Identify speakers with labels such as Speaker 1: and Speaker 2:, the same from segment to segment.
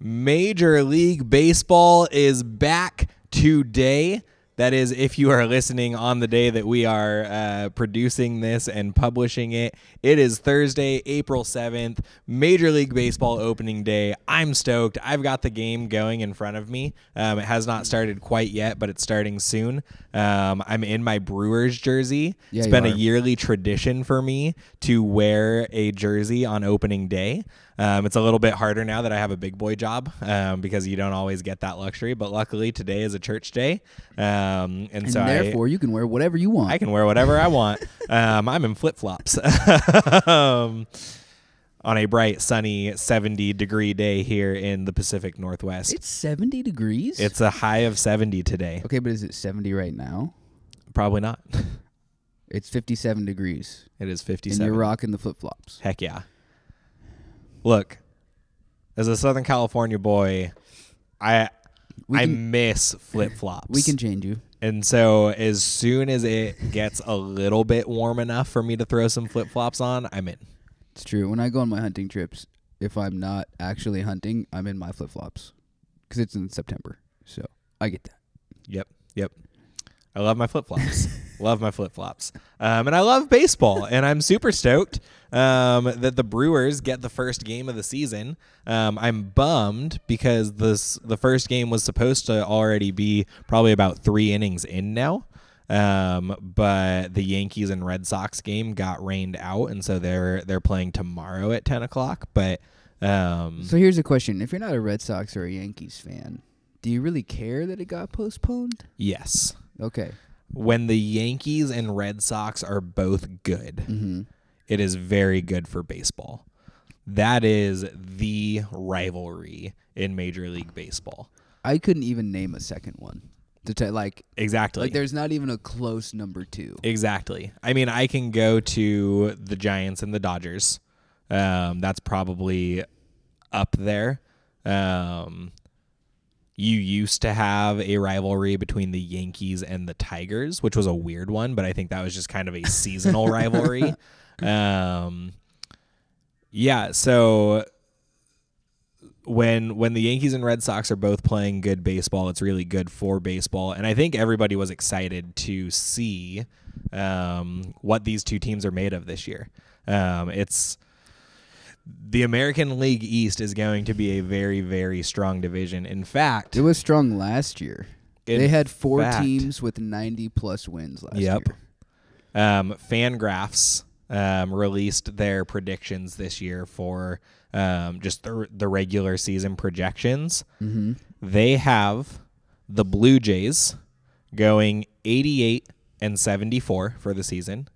Speaker 1: Major League Baseball is back today. That is, if you are listening on the day that we are uh, producing this and publishing it, it is Thursday, April 7th, Major League Baseball opening day. I'm stoked. I've got the game going in front of me. Um, it has not started quite yet, but it's starting soon. Um, I'm in my Brewers jersey.
Speaker 2: Yeah,
Speaker 1: it's
Speaker 2: you
Speaker 1: been a
Speaker 2: are.
Speaker 1: yearly tradition for me to wear a jersey on opening day. Um, it's a little bit harder now that I have a big boy job um, because you don't always get that luxury. But luckily, today is a church day, um, and,
Speaker 2: And
Speaker 1: so I,
Speaker 2: therefore, you can wear whatever you want.
Speaker 1: I can wear whatever I want. um, I'm in flip flops um, on a bright, sunny, 70 degree day here in the Pacific Northwest.
Speaker 2: it's 70 degrees.
Speaker 1: It's a high of 70 today.
Speaker 2: okay, but is it 70 right now?
Speaker 1: Probably not.
Speaker 2: It's 57 degrees,
Speaker 1: It is
Speaker 2: and
Speaker 1: 57.
Speaker 2: you're rocking the flip flops.
Speaker 1: Heck yeah. Look, as a Southern California boy, I
Speaker 2: We
Speaker 1: I
Speaker 2: can-
Speaker 1: miss flip flops.
Speaker 2: We can change you.
Speaker 1: and so as soon as it gets a little bit warm enough for me to throw some flip flops on, I'm in.
Speaker 2: It's true. When I go on my hunting trips, if I'm not actually hunting, I'm in my flip flops because it's in September. So I get that.
Speaker 1: Yep, yep. I love my flip flops. love my flip flops. Um, and I love baseball. and I'm super stoked um, that the Brewers get the first game of the season. Um, I'm bummed because this the first game was supposed to already be probably about three innings in now. Um, but the Yankees and Red Sox game got rained out, and so they're they're playing tomorrow at ten o'clock. But um,
Speaker 2: So here's a question: If you're not a Red Sox or a Yankees fan, do you really care that it got postponed?
Speaker 1: yes,
Speaker 2: Okay.
Speaker 1: when the Yankees and Red Sox are both good,
Speaker 2: Mm-hmm.
Speaker 1: it is very good for baseball. That is the rivalry in Major League Baseball.
Speaker 2: I couldn't even name a second one. To tell like,
Speaker 1: Exactly.
Speaker 2: like there's not even a close number two.
Speaker 1: exactly. I mean, I can go to the Giants and the Dodgers. Um, that's probably up there. Um, you used to have a rivalry between the Yankees and the Tigers, which was a weird one, but I think that was just kind of a seasonal rivalry. Um, yeah, so when when the Yankees and Red Sox are both playing good baseball, it's really good for baseball, and I think everybody was excited to see um, what these two teams are made of this year. Um, it's the American League East is going to be a very very strong division. In fact,
Speaker 2: It was strong last year.
Speaker 1: In
Speaker 2: they had four
Speaker 1: fact-
Speaker 2: teams with 90 plus wins last
Speaker 1: Yep.
Speaker 2: year.
Speaker 1: um, Fangraphs um, released their predictions this year for um, just the, the regular season projections. Mm-hmm. They have the Blue Jays going 88 and 74 for the season.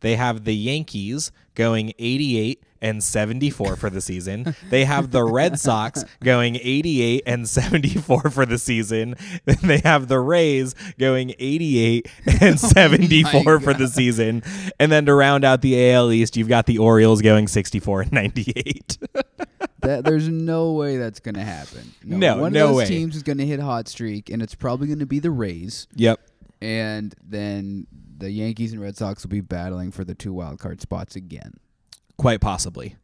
Speaker 1: They have the Yankees going 88 and 74 for the season. They have the Red Sox going 88 and 74 for the season. Then they have the Rays going 88 and 74 for the season. And then to round out the AL East, you've got the Orioles going 64 and 98.
Speaker 2: That, there's no way that's going to happen.
Speaker 1: No,
Speaker 2: one
Speaker 1: no
Speaker 2: of those
Speaker 1: way.
Speaker 2: teams is going to hit hot streak, and it's probably going to be the Rays,
Speaker 1: yep.
Speaker 2: and then the Yankees and Red Sox will be battling for the two wild card spots again.
Speaker 1: Quite possibly.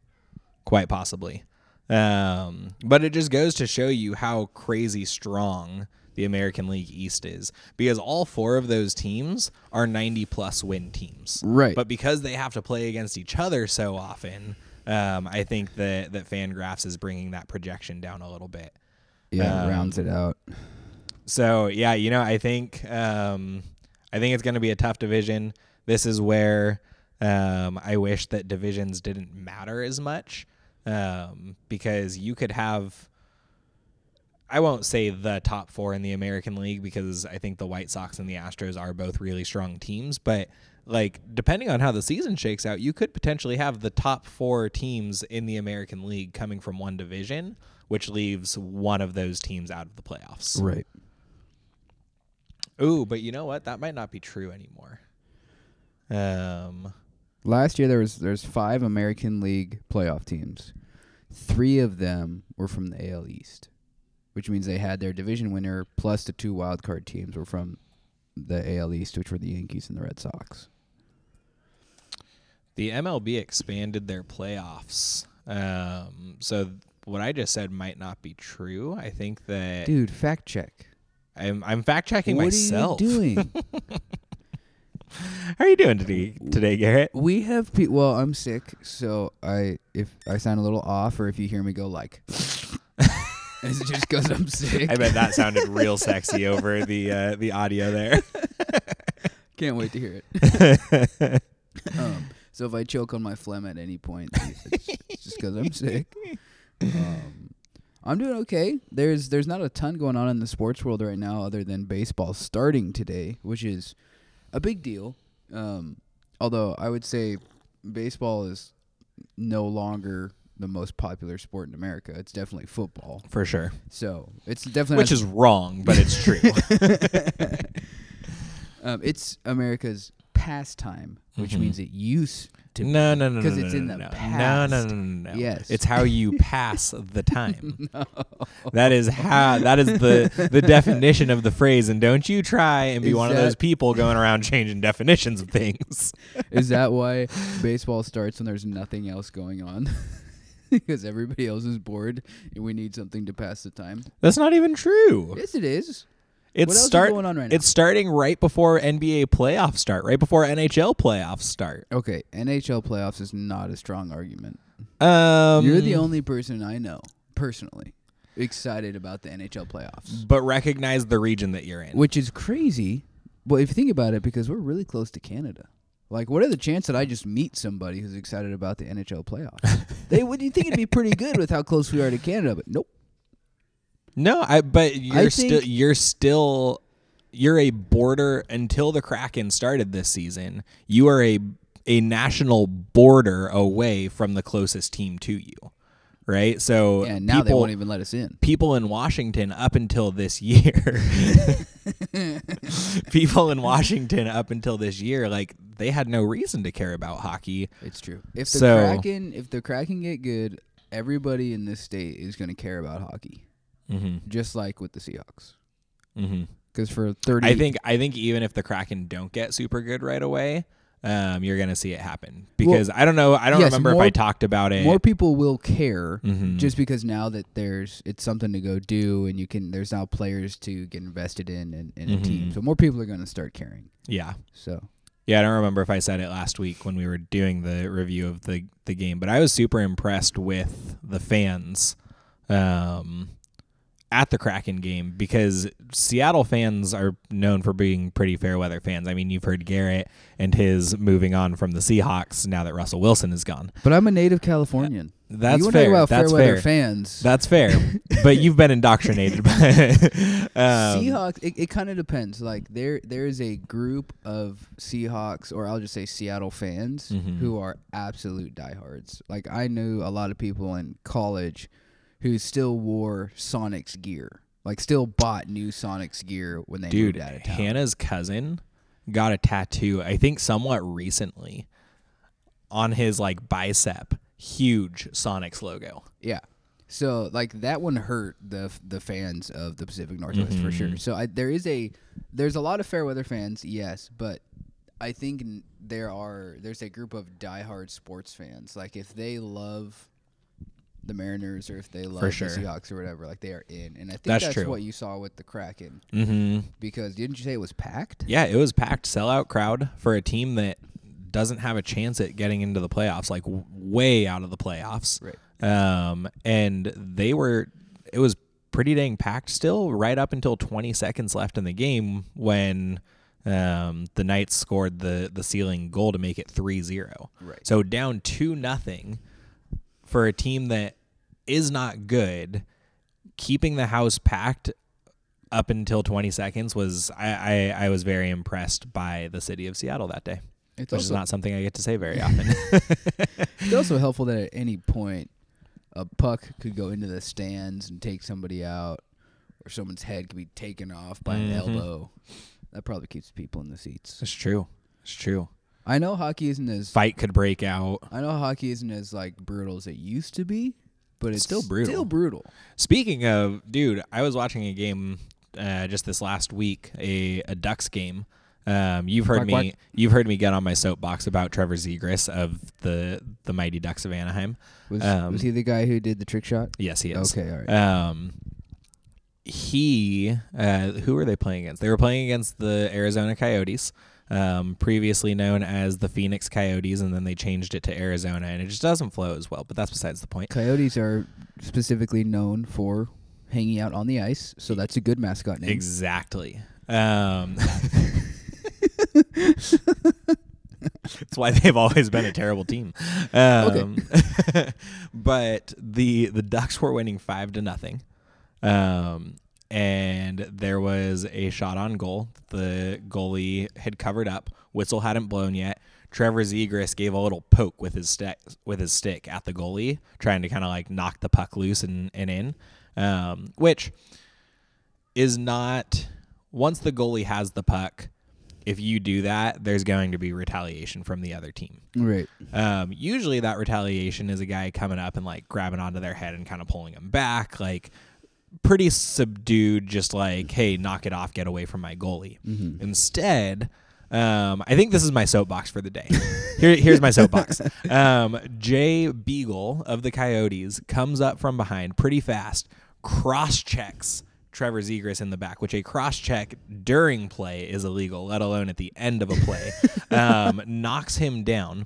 Speaker 1: Quite possibly. Um, but it just goes to show you how crazy strong the American League East is because all four of those teams are 90 plus win teams.
Speaker 2: Right.
Speaker 1: But because they have to play against each other so often, um, I think that, that Fangraphs is bringing that projection down a little bit.
Speaker 2: Yeah,
Speaker 1: Um,
Speaker 2: it rounds it out.
Speaker 1: So yeah, you know, I think um, I think it's going to be a tough division. This is where um, I wish that divisions didn't matter as much um, because you could have. I won't say the top four in the American League because I think the White Sox and the Astros are both really strong teams. But like, depending on how the season shakes out, you could potentially have the top four teams in the American League coming from one division, which leaves one of those teams out of the playoffs.
Speaker 2: Right.
Speaker 1: Ooh, but you know what? That might not be true anymore. Um,
Speaker 2: Last year there was there's five American League playoff teams. Three of them were from the AL East, which means they had their division winner plus the two wild card teams were from the AL East, which were the Yankees and the Red Sox.
Speaker 1: the MLB expanded their playoffs. Um, so th- what I just said might not be true. I think that
Speaker 2: Dude, fact check.
Speaker 1: I'm I'm fact checking
Speaker 2: what
Speaker 1: myself.
Speaker 2: are you doing?
Speaker 1: How are you doing today, today, Garrett?
Speaker 2: we have pe- well, I'm sick, so I if I sound a little off or if you hear me go like it's just cuz I'm sick.
Speaker 1: I bet that sounded real sexy over the uh, the audio there.
Speaker 2: Can't wait to hear it. um, so if I choke on my phlegm at any point, it's, it's just because I'm sick. Um, I'm doing okay. There's there's not a ton going on in the sports world right now, other than baseball starting today, which is a big deal. Um, although I would say baseball is no longer the most popular sport in America. It's definitely football.
Speaker 1: For sure.
Speaker 2: So it's definitely not
Speaker 1: Which is wrong, but it's true.
Speaker 2: Um, it's America's pastime, which
Speaker 1: Mm-hmm.
Speaker 2: means it used to. be.
Speaker 1: no, no, no,
Speaker 2: 'Cause
Speaker 1: no,
Speaker 2: it's
Speaker 1: no,
Speaker 2: in
Speaker 1: no,
Speaker 2: the
Speaker 1: no.
Speaker 2: past.
Speaker 1: No, no, no, no, no.
Speaker 2: Yes.
Speaker 1: it's how you pass the time. That is how. That is the the definition of the phrase. And don't you try and be
Speaker 2: Is
Speaker 1: one of those
Speaker 2: that-
Speaker 1: people going around changing definitions of things.
Speaker 2: Is that why baseball starts when there's nothing else going on? because everybody else is bored and we need something to pass the time.
Speaker 1: That's not even true.
Speaker 2: Yes, it is.
Speaker 1: It's
Speaker 2: What else is
Speaker 1: start,
Speaker 2: going on right now?
Speaker 1: It's starting right before NBA playoffs start, right before NHL playoffs start.
Speaker 2: Okay, NHL playoffs is not a strong argument.
Speaker 1: Um,
Speaker 2: You're the only person I know personally excited about the NHL playoffs,
Speaker 1: but recognize the region that you're in.
Speaker 2: which is crazy. Well, if you think about it, because we're really close to Canada. Like, what are the chances that I just meet somebody who's excited about the NHL playoffs? they would you think it'd be pretty good with how close we are to Canada, but nope.
Speaker 1: No, I but you're still
Speaker 2: think-
Speaker 1: you're still you're a border until the Kraken started this season. You are a a national border away from the closest team to you. Right? So
Speaker 2: And now they
Speaker 1: people-
Speaker 2: won't even let us in.
Speaker 1: people in Washington up until this year. people in Washington up until this year, like they had no reason to care about hockey.
Speaker 2: It's true. If the
Speaker 1: So-
Speaker 2: Kraken, if the Kraken get good, everybody in this state is going to care about hockey,
Speaker 1: Mm-hmm.
Speaker 2: just like with the Seahawks.
Speaker 1: Mm-hmm.
Speaker 2: Because for thirty,
Speaker 1: I think I think even if the Kraken don't get super good right away, um, you're gonna see it happen because I don't know. I don't
Speaker 2: yes,
Speaker 1: remember if
Speaker 2: more-
Speaker 1: I talked about it.
Speaker 2: more people will care
Speaker 1: Mhm.
Speaker 2: just because now that there's it's something to go do, and you can there's now players to get invested in and in, a
Speaker 1: Mm-hmm.
Speaker 2: team, so more people are going to start caring.
Speaker 1: yeah,
Speaker 2: So
Speaker 1: yeah. I don't remember if I said it last week when we were doing the review of the the game, but I was super impressed with the fans um, at the Kraken game because Seattle fans are known for being pretty fair weather fans. I mean, you've heard Garrett and his moving on from the Seahawks now that Russell Wilson is gone.
Speaker 2: but I'm a native Californian.
Speaker 1: That's
Speaker 2: you wanna
Speaker 1: fair.
Speaker 2: Talk about
Speaker 1: That's
Speaker 2: fair weather
Speaker 1: fair.
Speaker 2: fans.
Speaker 1: That's fair, but you've been indoctrinated. By, um,
Speaker 2: Seahawks. It, it kind of depends. Like there, there is a group of Seahawks, or I'll just say Seattle fans,
Speaker 1: Mm-hmm.
Speaker 2: who are absolute diehards. Like I knew a lot of people in college who still wore Sonics gear, like still bought new Sonics gear when they
Speaker 1: dude,
Speaker 2: moved out of town.
Speaker 1: Hannah's cousin got a tattoo. I think somewhat recently on his like bicep, huge Sonics logo.
Speaker 2: yeah. So like that one hurt the f- the fans of the Pacific Northwest for
Speaker 1: Mm-hmm.
Speaker 2: sure. So I, there is a there's a lot of fair weather fans, yes, but I think n- there are there's a group of diehard sports fans. Like if they love the Mariners or if they love
Speaker 1: sure.
Speaker 2: the Seahawks or whatever, like they are in. And I think
Speaker 1: That's
Speaker 2: that's,
Speaker 1: true.
Speaker 2: what you saw with the Kraken
Speaker 1: Mm-hmm.
Speaker 2: because didn't you say it was packed?
Speaker 1: Yeah, it was packed sellout crowd for a team that doesn't have a chance at getting into the playoffs, like w- way out of the playoffs.
Speaker 2: Right.
Speaker 1: Um, and they were, it was pretty dang packed still, right up until 20 seconds left in the game when um, the Knights scored the the ceiling goal to make it 3-0.
Speaker 2: Right.
Speaker 1: So down two nothing for a team that is not good, keeping the house packed up until 20 seconds was I, I, I was very impressed by the city of Seattle that day,
Speaker 2: It's
Speaker 1: which is
Speaker 2: also
Speaker 1: not something I get to say very often.
Speaker 2: It's also helpful that at any point a puck could go into the stands and take somebody out, or someone's head could be taken off by an
Speaker 1: Mm-hmm.
Speaker 2: elbow. That probably keeps people in the seats.
Speaker 1: it's true. It's true.
Speaker 2: I know hockey isn't as
Speaker 1: Fight could break out.
Speaker 2: I know hockey isn't as like brutal as it used to be, but it's
Speaker 1: Still brutal.
Speaker 2: Still brutal.
Speaker 1: Speaking of, dude, I was watching a game uh, just this last week, a, a Ducks game Um, you've heard
Speaker 2: Quack,
Speaker 1: me.
Speaker 2: quack.
Speaker 1: You've heard me get on my soapbox about Trevor Zegras of the the Mighty Ducks of Anaheim.
Speaker 2: Was
Speaker 1: Um,
Speaker 2: was he the guy who did the trick shot?
Speaker 1: Yes, he is.
Speaker 2: Okay, all right.
Speaker 1: Um, he uh, who were they playing against? They were playing against the Arizona Coyotes, um, previously known as the Phoenix Coyotes, and then they changed it to Arizona, and it just doesn't flow as well. But that's besides the point.
Speaker 2: Coyotes are specifically known for hanging out on the ice, so that's a good mascot name.
Speaker 1: Exactly. Um, that's why they've always been a terrible team. Um, but the the Ducks were winning five to nothing, um, and there was a shot on goal. The goalie had covered up. Whistle hadn't blown yet. Trevor Zegras gave a little poke with his stick with his stick at the goalie, trying to kind of like knock the puck loose and, and in, um, which is not once the goalie has the puck. If you do that, there's going to be retaliation from the other team.
Speaker 2: right.
Speaker 1: Um, usually that retaliation is a guy coming up and like grabbing onto their head and kind of pulling them back, like pretty subdued, just like, hey, knock it off, get away from my goalie. Instead, um, I think this is my soapbox for the day. Here, here's my soapbox. Um, Jay Beagle of the Coyotes comes up from behind pretty fast, cross checks Trevor Zegras in the back, which a cross check during play is illegal, let alone at the end of a play, um, knocks him down.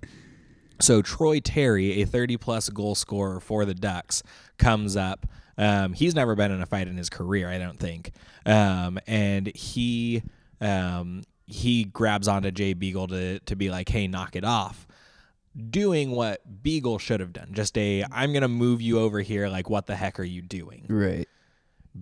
Speaker 1: So Troy Terry, a 30 plus goal scorer for the Ducks, comes up. Um, he's never been in a fight in his career, I don't think. Um, and he um, he grabs onto Jay Beagle to to be like, "Hey, knock it off." Doing what Beagle should have done. Just a, I'm going to move you over here. Like, what the heck are you doing?
Speaker 2: Right.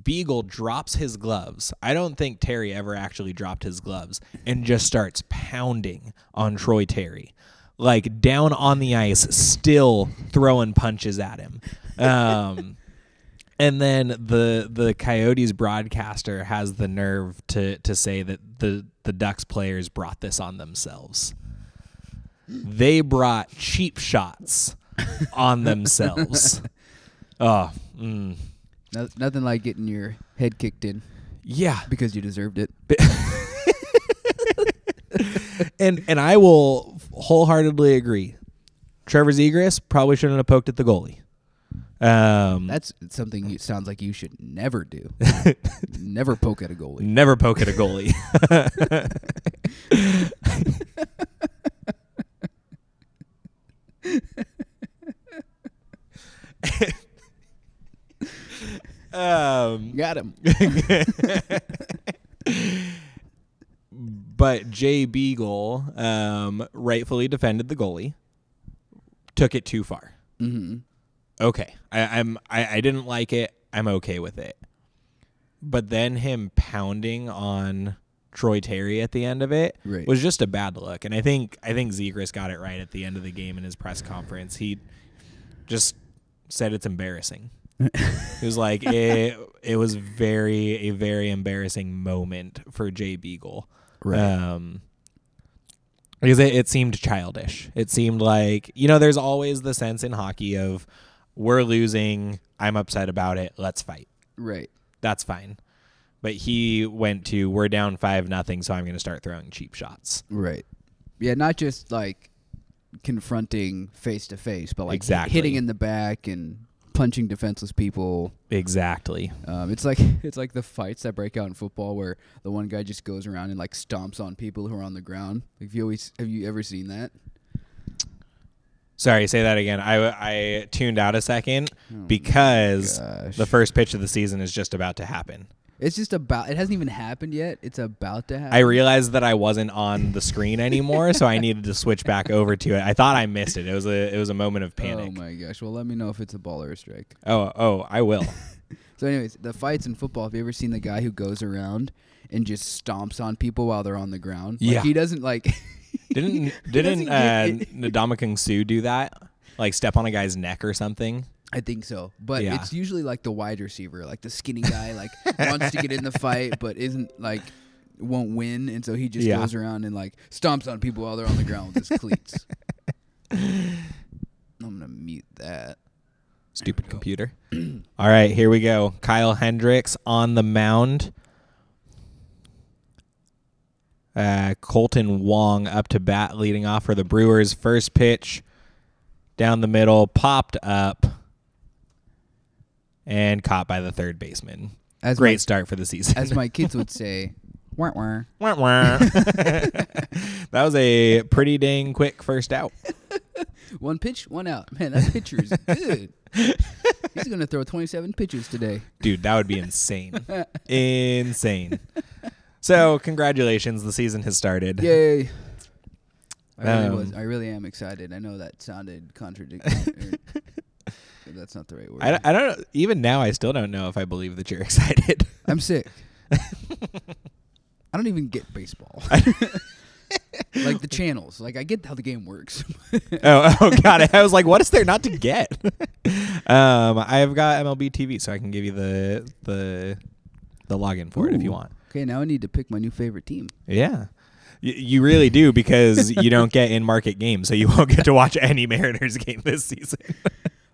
Speaker 1: Beagle drops his gloves. I don't think Terry ever actually dropped his gloves and just starts pounding on Troy Terry. Like down on the ice, still throwing punches at him. Um, and then the the Coyotes broadcaster has the nerve to to say that the the Ducks players brought this on themselves. They brought cheap shots on themselves. oh, mm.
Speaker 2: No, nothing like getting your head kicked in
Speaker 1: yeah.
Speaker 2: because you deserved it.
Speaker 1: and and I will wholeheartedly agree. Trevor Zegras probably shouldn't have poked at the goalie. Um,
Speaker 2: That's something you sounds like you should never do. never poke at a goalie.
Speaker 1: never poke at a goalie. um,
Speaker 2: Got him.
Speaker 1: but Jay Beagle um, rightfully defended the goalie, took it too far.
Speaker 2: hmm
Speaker 1: okay. I, I'm I, I didn't like it. I'm okay with it. But then him pounding on Troy Terry at the end of it
Speaker 2: Right.
Speaker 1: was just a bad look. And I think I think Zegras got it right at the end of the game in his press conference. He just said it's embarrassing. it was like it it was very a very embarrassing moment for Jay Beagle.
Speaker 2: Right.
Speaker 1: Um because it, it seemed childish. It seemed like, you know, there's always the sense in hockey of we're losing, I'm upset about it, let's fight.
Speaker 2: Right.
Speaker 1: That's fine. But he went to we're down 5 nothing, so I'm going to start throwing cheap shots.
Speaker 2: Right. Yeah, not just like confronting face to face, but like
Speaker 1: Exactly.
Speaker 2: hitting in the back and punching defenseless people.
Speaker 1: Exactly.
Speaker 2: Um, it's like it's like the fights that break out in football where the one guy just goes around and like stomps on people who are on the ground. Like, have you always have you ever seen that?
Speaker 1: Sorry, say that again. I I tuned out a second because
Speaker 2: Oh gosh.
Speaker 1: the first pitch of the season is just about to happen.
Speaker 2: It's just about it hasn't even happened yet. It's about to happen.
Speaker 1: I realized that I wasn't on the screen anymore, so I needed to switch back over to it. I thought I missed it. It was a it was a moment of panic.
Speaker 2: Oh my gosh. Well, let me know if it's a ball or a strike.
Speaker 1: Oh, oh, I will.
Speaker 2: So, anyways, the fights in football. Have you ever seen the guy who goes around and just stomps on people while they're on the ground? Like,
Speaker 1: Yeah.
Speaker 2: he doesn't like.
Speaker 1: Didn't
Speaker 2: doesn't
Speaker 1: didn't uh,
Speaker 2: get
Speaker 1: Ndamukong Su do that? Like step on a guy's neck or something?
Speaker 2: I think so, but
Speaker 1: Yeah.
Speaker 2: it's usually like the wide receiver, like the skinny guy, like wants to get in the fight but isn't like won't win, and so he just
Speaker 1: Yeah.
Speaker 2: goes around and like stomps on people while they're on the ground with his cleats. I'm gonna mute that.
Speaker 1: Stupid computer. All right, here we go. Kyle Hendricks on the mound. Uh, Colton Wong up to bat leading off for the Brewers. First pitch down the middle, popped up, and caught by the third baseman.
Speaker 2: As
Speaker 1: Great start for the season.
Speaker 2: my, as my kids would say, wah, wah.
Speaker 1: Wah, wah. that was a pretty dang quick first out.
Speaker 2: one pitch, one out. Man, that pitcher is good. He's gonna throw 27 pitches today.
Speaker 1: Dude, that would be insane. insane. So, congratulations. The season has started.
Speaker 2: Yay! I really
Speaker 1: Um,
Speaker 2: was. I really am excited. I know that sounded contradictory. or- that's not the right word.
Speaker 1: I, I don't even now I still don't know if I believe that you're excited.
Speaker 2: I'm sick. I don't even get baseball. like the channels. Like I get how the game works.
Speaker 1: oh, oh god. I was like, what is there not to get? um I've got MLB TV so I can give you the the the login for it if you
Speaker 2: Ooh.
Speaker 1: want.
Speaker 2: okay, now I need to pick my new favorite team.
Speaker 1: Yeah. Y- You really do because you don't get in market games, so you won't get to watch any Mariners game this season.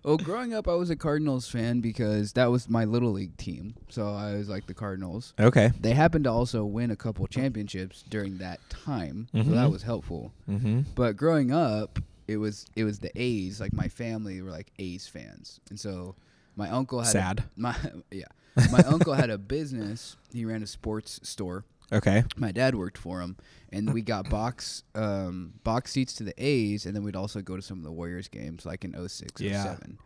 Speaker 2: Well, growing up, I was a Cardinals fan because that was my little league team. So I was like the Cardinals.
Speaker 1: okay.
Speaker 2: They happened to also win a couple championships during that time, so that
Speaker 1: Mhm.
Speaker 2: was helpful.
Speaker 1: Mm-hmm.
Speaker 2: But growing up, it was it was the A's. Like my family were like A's fans, and so my uncle had a-
Speaker 1: Sad.
Speaker 2: my yeah, my uncle had a business. He ran a sports store.
Speaker 1: Okay.
Speaker 2: My dad worked for him, and we got box um, box seats to the A's, and then we'd also go to some of the Warriors games, like in 06,
Speaker 1: Yeah.
Speaker 2: 07.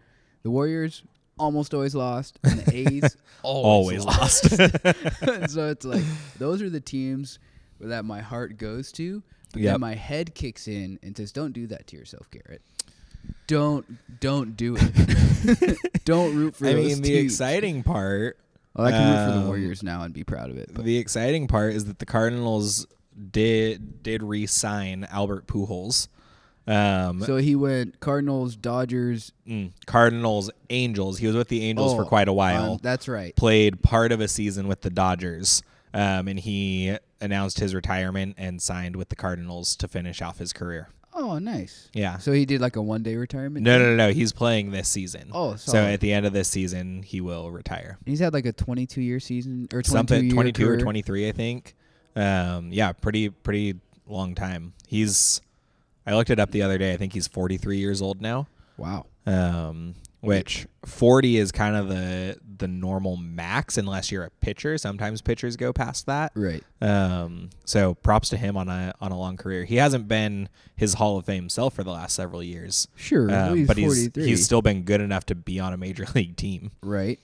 Speaker 2: The Warriors almost always lost, and the A's always,
Speaker 1: Always
Speaker 2: lost.
Speaker 1: lost.
Speaker 2: And so it's like those are the teams that my heart goes to, but
Speaker 1: Yep.
Speaker 2: then my head kicks in and says, "Don't do that to yourself, Garrett. Don't don't do it. don't root for
Speaker 1: I
Speaker 2: those
Speaker 1: mean, the
Speaker 2: teams."
Speaker 1: exciting part
Speaker 2: well, I can root for the
Speaker 1: um,
Speaker 2: Warriors now and be proud of it. But
Speaker 1: The exciting part is that the Cardinals did did re-sign Albert Pujols. Um,
Speaker 2: so he went Cardinals, Dodgers.
Speaker 1: mm, Cardinals, Angels. He was with the Angels for
Speaker 2: oh,
Speaker 1: quite a while.
Speaker 2: um, that's right.
Speaker 1: played part of a season with the Dodgers, um, and he announced his retirement and signed with the Cardinals to finish off his career.
Speaker 2: Oh, nice.
Speaker 1: Yeah.
Speaker 2: So he did like a one day retirement.
Speaker 1: No, no, no, no. He's playing this season.
Speaker 2: Oh,
Speaker 1: so
Speaker 2: solid.
Speaker 1: at the end of this season, he will retire.
Speaker 2: He's had like a 22 year season or 22
Speaker 1: something
Speaker 2: year
Speaker 1: 22 or
Speaker 2: career.
Speaker 1: 23 i think um yeah pretty pretty long time he's i looked it up the other day i think he's 43 years old now
Speaker 2: Wow.
Speaker 1: um which 40 is kind of the the normal max unless you're a pitcher sometimes pitchers go past that
Speaker 2: Right.
Speaker 1: um so props to him on a on a long career he hasn't been his hall of fame self for the last several years
Speaker 2: Sure.
Speaker 1: um,
Speaker 2: he's
Speaker 1: but
Speaker 2: 43.
Speaker 1: he's he's still been good enough to be on a major league team
Speaker 2: Right.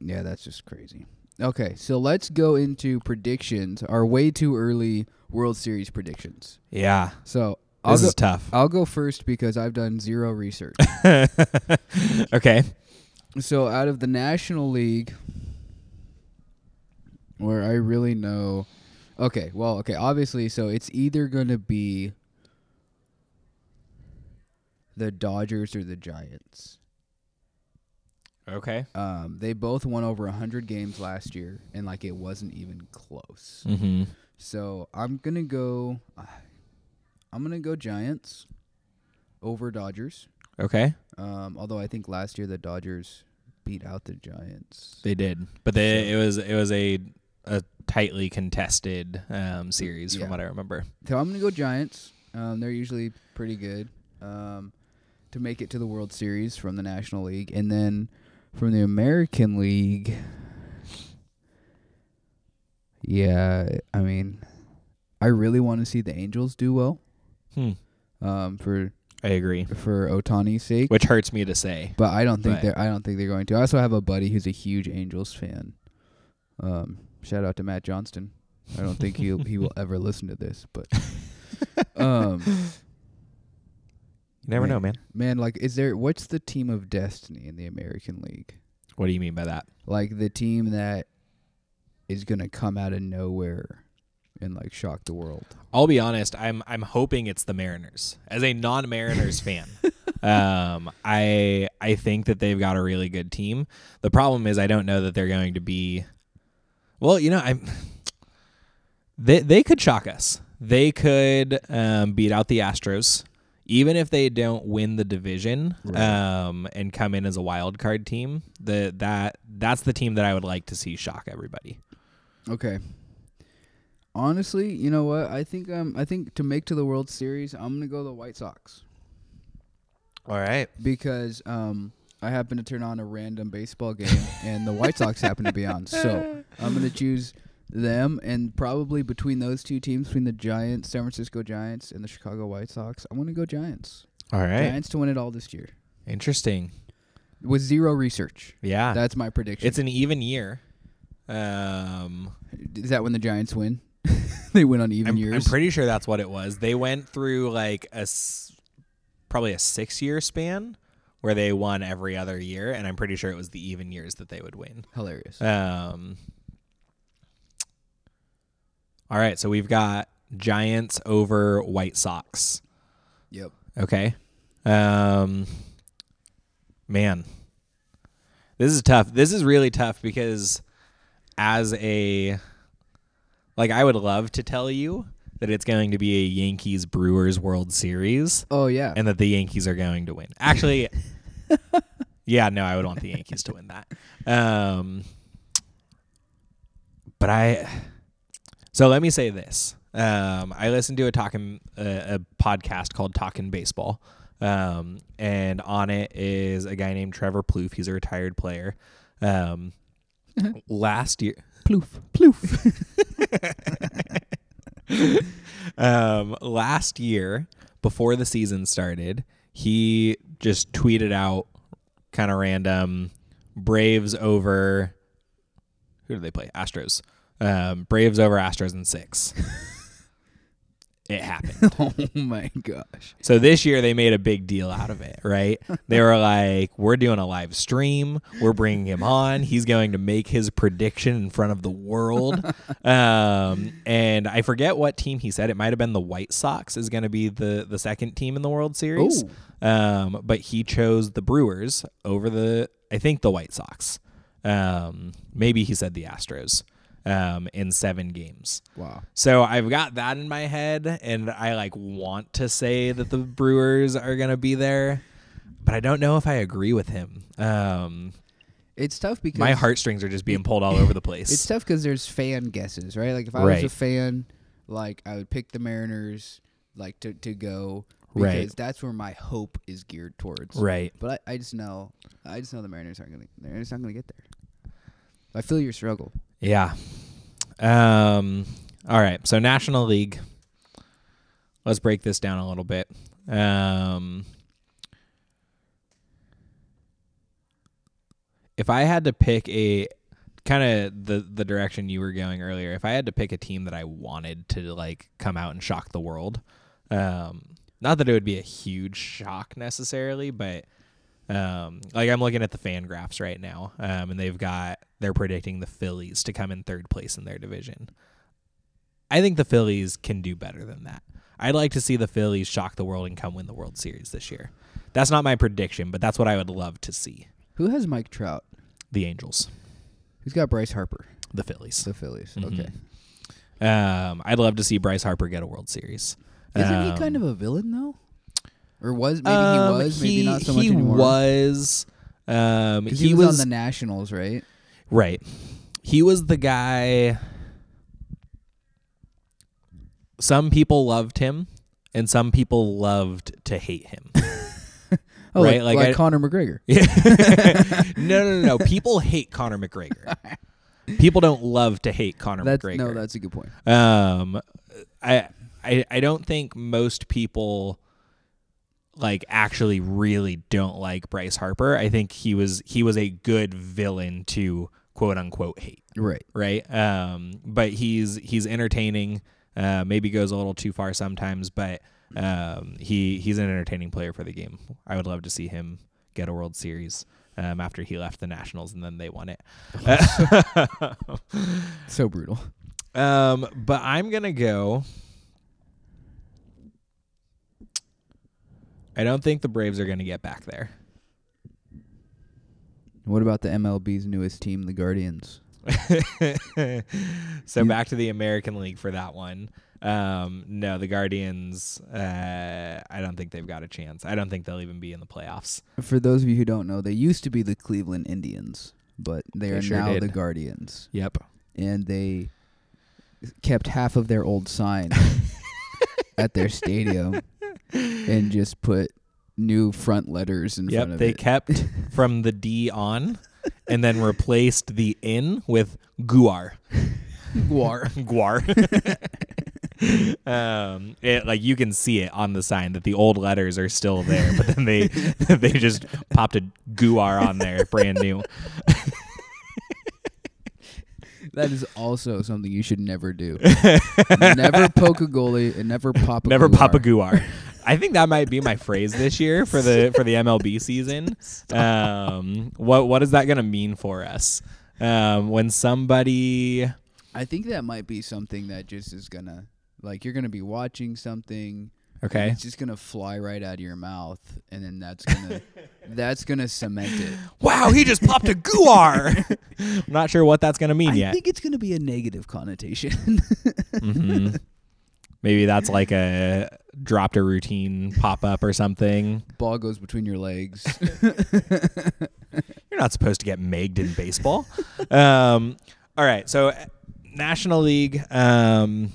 Speaker 2: Yeah, that's just crazy. Okay, so let's go into predictions. Our way too early World Series predictions.
Speaker 1: yeah
Speaker 2: So I'll
Speaker 1: this
Speaker 2: go,
Speaker 1: is tough
Speaker 2: I'll go first because I've done zero research.
Speaker 1: okay
Speaker 2: so out of the National League, where I really know, okay, well, okay, obviously, so it's either gonna be the Dodgers or the Giants.
Speaker 1: okay
Speaker 2: Um, they both won over hundred games last year, and like it wasn't even close.
Speaker 1: mm-hmm
Speaker 2: So I'm gonna go. uh, I'm gonna go Giants over Dodgers.
Speaker 1: Okay.
Speaker 2: Um, although I think last year the Dodgers beat out the Giants.
Speaker 1: They did. But they, it was it was a a tightly contested um, series
Speaker 2: Yeah.
Speaker 1: from what I remember.
Speaker 2: So I'm gonna go Giants. Um, they're usually pretty good. Um, to make it to the World Series from the National League, and then from the American League. Yeah, I mean, I really want to see the Angels do well.
Speaker 1: Hmm.
Speaker 2: Um, for
Speaker 1: I agree.
Speaker 2: for Otani's sake.
Speaker 1: Which hurts me to say.
Speaker 2: But I don't think
Speaker 1: But-
Speaker 2: they're. I don't think they're going to. I also have a buddy who's a huge Angels fan. Um, shout out to Matt Johnston. I don't think he he will ever listen to this, but um,
Speaker 1: You never
Speaker 2: Man.
Speaker 1: know, man.
Speaker 2: man, like, is there what's the team of destiny in the American League?
Speaker 1: What do you mean by that?
Speaker 2: Like the team that is gonna come out of nowhere and like shock the world.
Speaker 1: I'll be honest, I'm I'm hoping it's the Mariners. As a non Mariners fan. Um I I think that they've got a really good team. The problem is I don't know that they're going to be well, you know, I'm they they could shock us. They could um, beat out the Astros, even if they don't win the division
Speaker 2: Right.
Speaker 1: um, and come in as a wild card team. The that that's the team that I would like to see shock everybody.
Speaker 2: Okay. Honestly, you know what? I think um I think to make to the World Series, I'm gonna go the White Sox
Speaker 1: All right.
Speaker 2: because um I happened to turn on a random baseball game and the White Sox happened to be on. So I'm gonna choose them and probably between those two teams, between the Giants, San Francisco Giants, and the Chicago White Sox, I'm gonna go Giants.
Speaker 1: All right.
Speaker 2: Giants to win it all this year
Speaker 1: Interesting.
Speaker 2: with zero research.
Speaker 1: Yeah.
Speaker 2: That's my prediction.
Speaker 1: it's an even year. Um,
Speaker 2: Is that when the Giants win? they win on even
Speaker 1: I'm, I'm
Speaker 2: years.
Speaker 1: pretty sure that's what it was. They went through like a s- probably a six year span where they won every other year, and I'm pretty sure it was the even years that they would win.
Speaker 2: Hilarious.
Speaker 1: Um, all right, so we've got Giants over White Sox.
Speaker 2: yep.
Speaker 1: Okay. Um man. This is tough. This is really tough because as a like I would love to tell you that it's going to be a Yankees Brewers World Series
Speaker 2: Oh yeah.
Speaker 1: and that the Yankees are going to win. Actually Yeah, no, I would want the Yankees to win that. Um but I so let me say this. Um, I listened to a talking a, a podcast called Talking Baseball, um, and on it is a guy named Trevor Plouffe. He's a retired player. Um, last year,
Speaker 2: ploof. Ploof.
Speaker 1: um, last year before the season started, he just tweeted out kind of random Braves over who do they play? Astros. Um, Braves over Astros in six. it happened.
Speaker 2: oh my gosh.
Speaker 1: So this year they made a big deal out of it, right? They were like, "We're doing a live stream. We're bringing him on. He's going to make his prediction in front of the world." Um, and I forget what team he said. It might have been the White Sox is going to be the the second team in the World Series.
Speaker 2: Ooh.
Speaker 1: Um, but he chose the Brewers over the I think the White Sox. Um, maybe he said the Astros um, in seven games.
Speaker 2: Wow.
Speaker 1: So I've got that in my head, and I like want to say that the Brewers are gonna be there, but I don't know if I agree with him. Um,
Speaker 2: It's tough because
Speaker 1: my heartstrings are just being pulled all over the
Speaker 2: It's
Speaker 1: place.
Speaker 2: tough because there's fan guesses, right? Like if I was a
Speaker 1: Right.
Speaker 2: fan, like I would pick the Mariners, like to to go because
Speaker 1: Right.
Speaker 2: that's where my hope is geared towards.
Speaker 1: right.
Speaker 2: But I, I just know, I just know the Mariners aren't gonna, they're just not gonna get there. I feel your struggle.
Speaker 1: Yeah. Um. All right. So National League. Let's break this down a little bit. Um. If I had to pick a kind of the the direction you were going earlier, if I had to pick a team that I wanted to like come out and shock the world, um, not that it would be a huge shock necessarily, but um, like I'm looking at the fan graphs right now, um, and they've got they're predicting the Phillies to come in third place in their division. I think the Phillies can do better than that. I'd like to see the Phillies shock the world and come win the World Series this year. That's not my prediction, but that's what I would love to see.
Speaker 2: Who has Mike Trout?
Speaker 1: The Angels,
Speaker 2: Who's got Bryce Harper?
Speaker 1: the Phillies.
Speaker 2: The Phillies.
Speaker 1: Mhm.
Speaker 2: Okay.
Speaker 1: Um, I'd love to see Bryce Harper get a World Series.
Speaker 2: Isn't he
Speaker 1: Um,
Speaker 2: kind of a villain though? Or was maybe
Speaker 1: um,
Speaker 2: he was maybe
Speaker 1: he-
Speaker 2: not so much
Speaker 1: he
Speaker 2: anymore.
Speaker 1: was. Um,
Speaker 2: 'Cause
Speaker 1: he,
Speaker 2: was,
Speaker 1: was
Speaker 2: on the Nationals, right?
Speaker 1: Right. He was the guy. Some people loved him, and some people loved to hate him.
Speaker 2: Oh,
Speaker 1: Right,
Speaker 2: like,
Speaker 1: like
Speaker 2: like
Speaker 1: I-
Speaker 2: Connor McGregor.
Speaker 1: no, no, no, no. People hate Conor McGregor. People don't love to hate Conor
Speaker 2: That's
Speaker 1: McGregor.
Speaker 2: no, that's a good point.
Speaker 1: Um, I, I, I don't think most people like actually really don't like Bryce Harper. I think he was he was a good villain to quote unquote hate
Speaker 2: Right.
Speaker 1: right? Um, but he's he's entertaining. Uh, maybe goes a little too far sometimes, but um, he he's an entertaining player for the game. I would love to see him get a World Series um, after he left the Nationals and then they won it.
Speaker 2: So brutal.
Speaker 1: um, but I'm gonna go. I don't think the Braves are gonna get back there.
Speaker 2: What about the MLB's newest team, the Guardians?
Speaker 1: so back to the American League for that one. Um, no, the Guardians. Uh, I don't think they've got a chance. I don't think they'll even be in the playoffs.
Speaker 2: For those of you who don't know, they used to be the Cleveland Indians, but they,
Speaker 1: They
Speaker 2: are
Speaker 1: sure
Speaker 2: now
Speaker 1: did.
Speaker 2: the Guardians,
Speaker 1: Yep.
Speaker 2: and they kept half of their old sign at their stadium and just put new front letters in
Speaker 1: Yep,
Speaker 2: front of
Speaker 1: they
Speaker 2: it.
Speaker 1: kept from the D on and then replaced the in with guar. Guar. guar. um it, like you can see it on the sign that the old letters are still there, but then they they just popped a guar on there brand new.
Speaker 2: That is also something you should never do. never poke a goalie and never pop a
Speaker 1: Never
Speaker 2: guar.
Speaker 1: pop a guar. I think that might be my phrase this year for the for the MLB season. Um what what is that going to mean for us? Um when somebody
Speaker 2: I think that might be something that just is gonna like you're gonna be watching something. and
Speaker 1: okay
Speaker 2: It's just gonna fly right out of your mouth, and then that's gonna that's gonna cement it.
Speaker 1: Wow, he just popped a guar. I'm not sure what that's going to mean
Speaker 2: I
Speaker 1: yet.
Speaker 2: think it's gonna be a negative connotation.
Speaker 1: Mhm. Maybe that's like a dropped a routine pop up or something.
Speaker 2: Ball goes between your legs.
Speaker 1: You're not supposed to get megged in baseball. um, all right, so uh, National League. Um,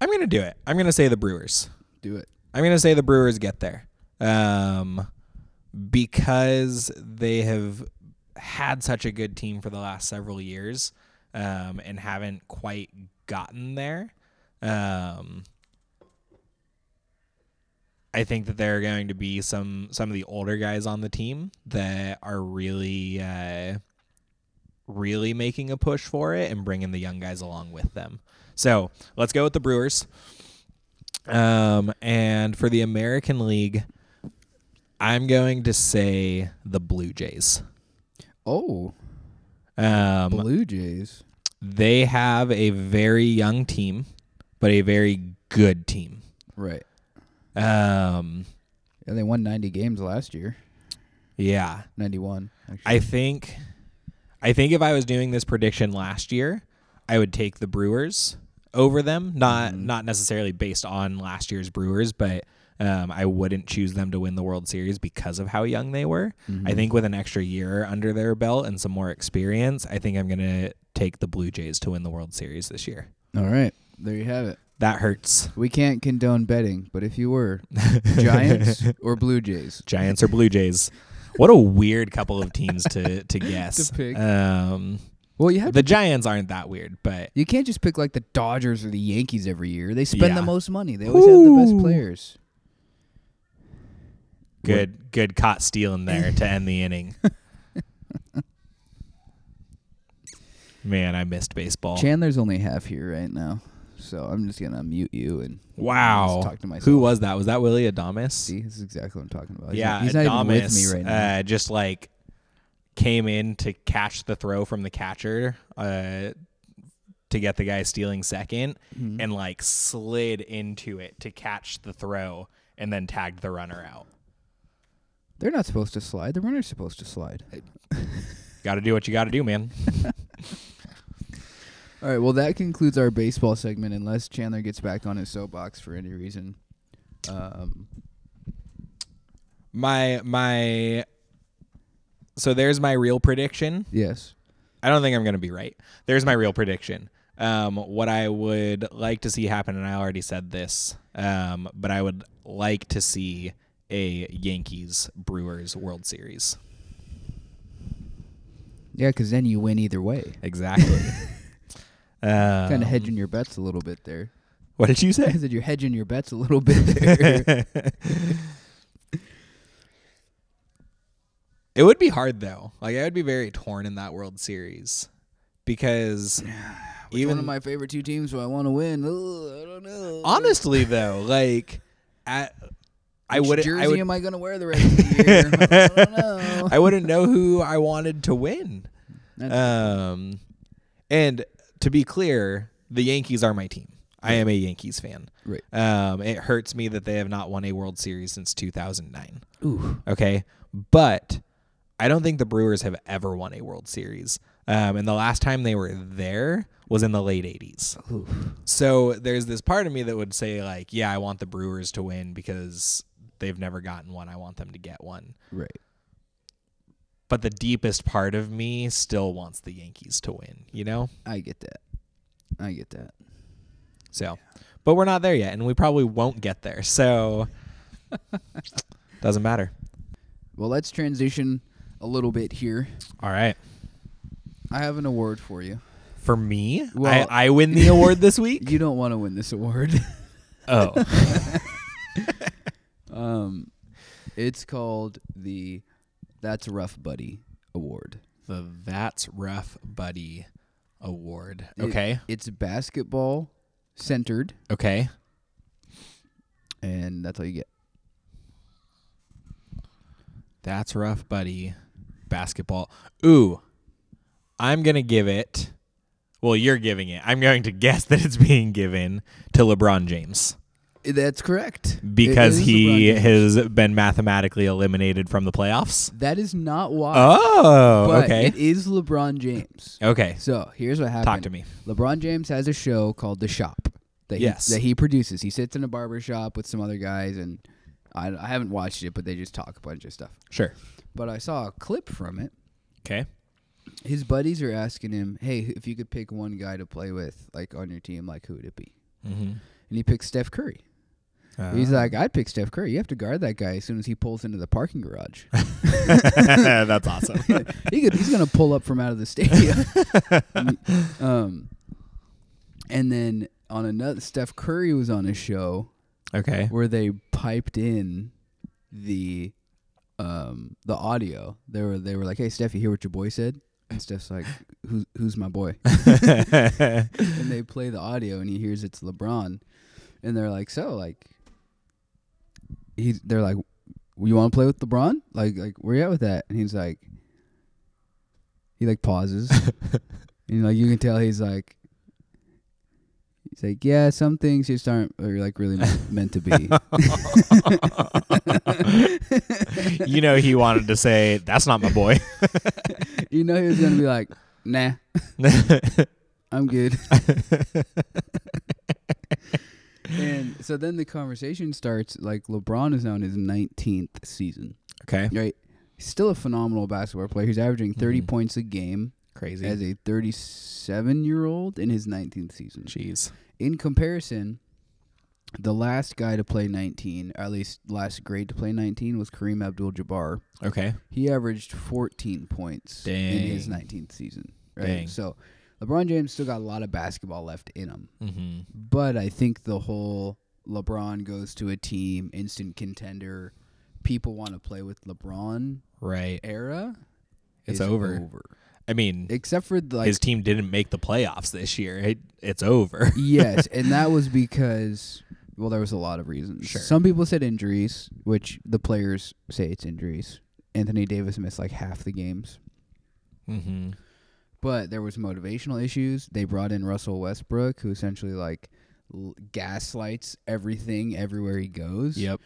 Speaker 1: I'm going to do it. I'm going to say the Brewers.
Speaker 2: do it.
Speaker 1: I'm gonna say the Brewers get there, um, because they have had such a good team for the last several years, um, and haven't quite gotten there. Um, I think that there are going to be some some of the older guys on the team that are really uh, really making a push for it and bringing the young guys along with them. So let's go with the Brewers. Um, and for the American League, I'm going to say the Blue Jays.
Speaker 2: Oh,
Speaker 1: Um,
Speaker 2: Blue Jays.
Speaker 1: they have a very young team, but a very good team.
Speaker 2: Right.
Speaker 1: Um,
Speaker 2: And they won 90 games last year.
Speaker 1: yeah.
Speaker 2: 91. Actually.
Speaker 1: I think I think if I was doing this prediction last year, I would take the Brewers over them. Not
Speaker 2: Mm-hmm.
Speaker 1: not necessarily based on last year's Brewers, but um, I wouldn't choose them to win the World Series because of how young they were.
Speaker 2: Mm-hmm.
Speaker 1: I think with an extra year under their belt and some more experience, I think I'm gonna take the Blue Jays to win the World Series this year.
Speaker 2: All right. There you have it.
Speaker 1: That hurts.
Speaker 2: We can't condone betting, but if you were Giants or Blue Jays,
Speaker 1: Giants or Blue Jays. What a weird couple of teams to to guess.
Speaker 2: pick.
Speaker 1: Um,
Speaker 2: well, you have
Speaker 1: the Giants aren't that weird, but
Speaker 2: You can't just pick like the Dodgers or the Yankees every year. They spend
Speaker 1: Yeah.
Speaker 2: the most money. They always have the best
Speaker 1: Ooh.
Speaker 2: players.
Speaker 1: Good, good caught stealing there to end the inning. Man, I missed baseball.
Speaker 2: Chandler's only half here right now, so I'm just gonna mute you and
Speaker 1: wow.
Speaker 2: Just talk to myself.
Speaker 1: Who was that? Was that Willie Adamas?
Speaker 2: see. This is exactly what I'm talking about. He's
Speaker 1: Yeah,
Speaker 2: not- he's not even with me
Speaker 1: Adames,
Speaker 2: right now.
Speaker 1: Uh, just like came in to catch the throw from the catcher uh, to get the guy stealing 2nd
Speaker 2: Mm-hmm.
Speaker 1: and like slid into it to catch the throw and then tagged the runner out.
Speaker 2: They're not supposed to slide. The runner's supposed to slide.
Speaker 1: Got to do what you got to do, man.
Speaker 2: All right. Well, that concludes our baseball segment. Unless Chandler gets back on his soapbox for any reason. Um,
Speaker 1: My my so there's my real prediction.
Speaker 2: yes.
Speaker 1: I don't think I'm going to be right. There's my real prediction. Um, what I would like to see happen, and I already said this, um, but I would like to see a Yankees Brewers World Series.
Speaker 2: Yeah, because then you win either way.
Speaker 1: Exactly. um,
Speaker 2: Kind of hedging your bets a little bit there.
Speaker 1: What did you
Speaker 2: I
Speaker 1: say?
Speaker 2: said you're hedging your bets a little bit there.
Speaker 1: It would be hard though. Like I would be very torn in that World Series because
Speaker 2: Which one of my favorite two teams do I want to win? Ugh, I don't know.
Speaker 1: honestly though, like at, I
Speaker 2: Which
Speaker 1: would
Speaker 2: jersey
Speaker 1: I would
Speaker 2: am I going to wear the rest of the year? I don't know.
Speaker 1: I wouldn't know who I wanted to win.
Speaker 2: That's-
Speaker 1: Um, and to be clear, the Yankees are my team. I am a Yankees fan.
Speaker 2: Right.
Speaker 1: Um, it hurts me that they have not won a World Series since 2009.
Speaker 2: Ooh.
Speaker 1: Okay. But I don't think the Brewers have ever won a World Series. Um, and the last time they were there was in the late 80s. So there's this part of me that would say, like, yeah, I want the Brewers to win because they've never gotten one. I want them to get one
Speaker 2: Right.
Speaker 1: but the deepest part of me still wants the Yankees to win, you know?
Speaker 2: I get that. I get that.
Speaker 1: So, but we're not there yet, and we probably won't get there. So, doesn't matter.
Speaker 2: Well, let's transition a little bit here.
Speaker 1: All right.
Speaker 2: I have an award for you.
Speaker 1: For me,
Speaker 2: Well-
Speaker 1: I, I win the award this week.
Speaker 2: You don't want to win this award.
Speaker 1: oh,
Speaker 2: um, it's called the That's Rough Buddy Award.
Speaker 1: the That's Rough Buddy Award.
Speaker 2: It-
Speaker 1: Okay.
Speaker 2: it's basketball centered,
Speaker 1: Okay.
Speaker 2: and that's all you get.
Speaker 1: That's Rough Buddy Basketball. Ooh, I'm going to give it. Well, you're giving it. I'm going to guess that it's being given to LeBron James
Speaker 2: That's correct. It
Speaker 1: because
Speaker 2: is
Speaker 1: he
Speaker 2: LeBron James.
Speaker 1: has been mathematically eliminated from the playoffs.
Speaker 2: That is not why.
Speaker 1: Oh,
Speaker 2: but
Speaker 1: okay.
Speaker 2: It is LeBron James.
Speaker 1: okay.
Speaker 2: So here's what happened.
Speaker 1: Talk to me.
Speaker 2: LeBron James has a show called The Shop that he,
Speaker 1: Yes.
Speaker 2: that he produces. He sits in a barber shop with some other guys, and I, I haven't watched it, but they just talk a bunch of stuff.
Speaker 1: Sure.
Speaker 2: But I saw a clip from it.
Speaker 1: Okay.
Speaker 2: His buddies are asking him, "Hey, if you could pick one guy to play with, like on your team, like who would it be?"
Speaker 1: Mm-hmm.
Speaker 2: And he picks Steph Curry. He's
Speaker 1: Ah.
Speaker 2: like, "I'd pick Steph Curry. You have to guard that guy as soon as he pulls into the parking garage.
Speaker 1: Uh, That's awesome.
Speaker 2: he could, he's gonna pull up from out of the stadium." um, and then on another, Steph Curry was on a show
Speaker 1: okay.
Speaker 2: where they piped in the um the audio. They were they were like, "Hey, Steph, you hear what your boy said?" And Steph's like, "Who's who's my boy?" and they play the audio, and he hears it's LeBron, and they're like, "So like, he?" They're like, "You want to play with LeBron? Like like where you at with that?" And he's like, he like pauses, and like you can tell he's like. He's like, yeah, some things just aren't are like really meant- meant to be.
Speaker 1: you know, he wanted to say, "That's not my boy."
Speaker 2: you know he was gonna be like, nah, I'm good. and so then the conversation starts like LeBron is now in his 19th season,
Speaker 1: okay.
Speaker 2: right? He's still a phenomenal basketball player. He's averaging 30
Speaker 1: Mhm.
Speaker 2: points a game
Speaker 1: Crazy.
Speaker 2: as a 37 year old in his 19th season.
Speaker 1: Jeez.
Speaker 2: In comparison, the last guy to play 19, or at least last grade to play 19, was Kareem Abdul Jabbar.
Speaker 1: Okay.
Speaker 2: He averaged 14 points in his
Speaker 1: Dang.
Speaker 2: 19th season. Right.
Speaker 1: Dang.
Speaker 2: So LeBron James still got a lot of basketball left in him.
Speaker 1: Mm-hmm.
Speaker 2: But I think the whole LeBron goes to a team, instant contender, people want to play with LeBron
Speaker 1: Right.
Speaker 2: era.
Speaker 1: It's
Speaker 2: is
Speaker 1: over. I mean,
Speaker 2: Except for like
Speaker 1: his team didn't make the playoffs this year. It, it's over.
Speaker 2: yes, and that was because well, there was a lot of reasons.
Speaker 1: Sure.
Speaker 2: Some people said injuries, which the players say it's injuries. Anthony Davis missed like half the games.
Speaker 1: Mm-hmm.
Speaker 2: but there was motivational issues. They brought in Russell Westbrook, who essentially like l- gaslights everything everywhere he goes.
Speaker 1: Yep.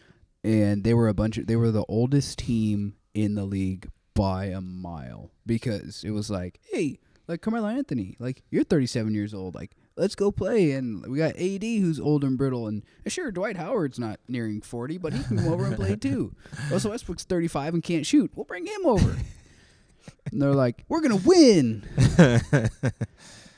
Speaker 2: And they were a bunch of they were the oldest team in the league by a mile because it was like, hey, like Carmelo Anthony, like you're 37 years old, like let's go play. And we got AD who's old and brittle, and sure Dwight Howard's not nearing 40, but he can come over and play too. Russell Westbrook's 35 and can't shoot. We'll bring him over. and they're like, we're gonna win.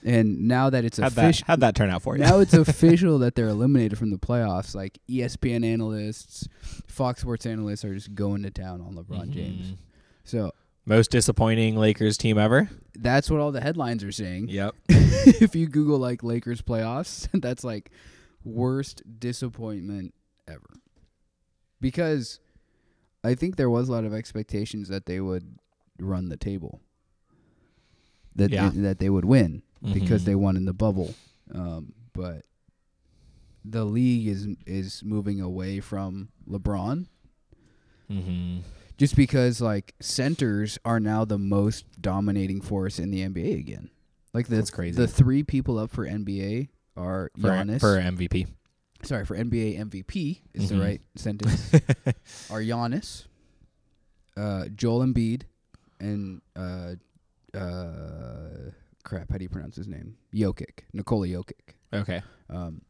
Speaker 2: and now that it's
Speaker 1: How'd that,
Speaker 2: official,
Speaker 1: how'd that turn out for you?
Speaker 2: now it's official that they're eliminated from the playoffs. Like E ESPN analysts, Fox Sports analysts are just going to town on LeBron James.
Speaker 1: Mhm.
Speaker 2: So
Speaker 1: Most disappointing Lakers team ever.
Speaker 2: that's what all the headlines are saying.
Speaker 1: Yep.
Speaker 2: if you Google like Lakers playoffs, that's like worst disappointment ever. Because I think there was a lot of expectations that they would run the table, that
Speaker 1: Yeah.
Speaker 2: they, that they would win because
Speaker 1: Mhm.
Speaker 2: they won in the bubble. Um, but the league is is moving away from LeBron
Speaker 1: Mm-hmm.
Speaker 2: just because like centers are now the most dominating force in the NBA again. Like the
Speaker 1: That's crazy.
Speaker 2: the three people up for NBA are
Speaker 1: For,
Speaker 2: Giannis.
Speaker 1: for MVP.
Speaker 2: sorry, for NBA MVP is
Speaker 1: Mhm.
Speaker 2: the right sentence. are Giannis, uh, Joel Embiid, and uh, uh, crap. How do you pronounce his name? Jokic, Nikola Jokic.
Speaker 1: Okay.
Speaker 2: Um,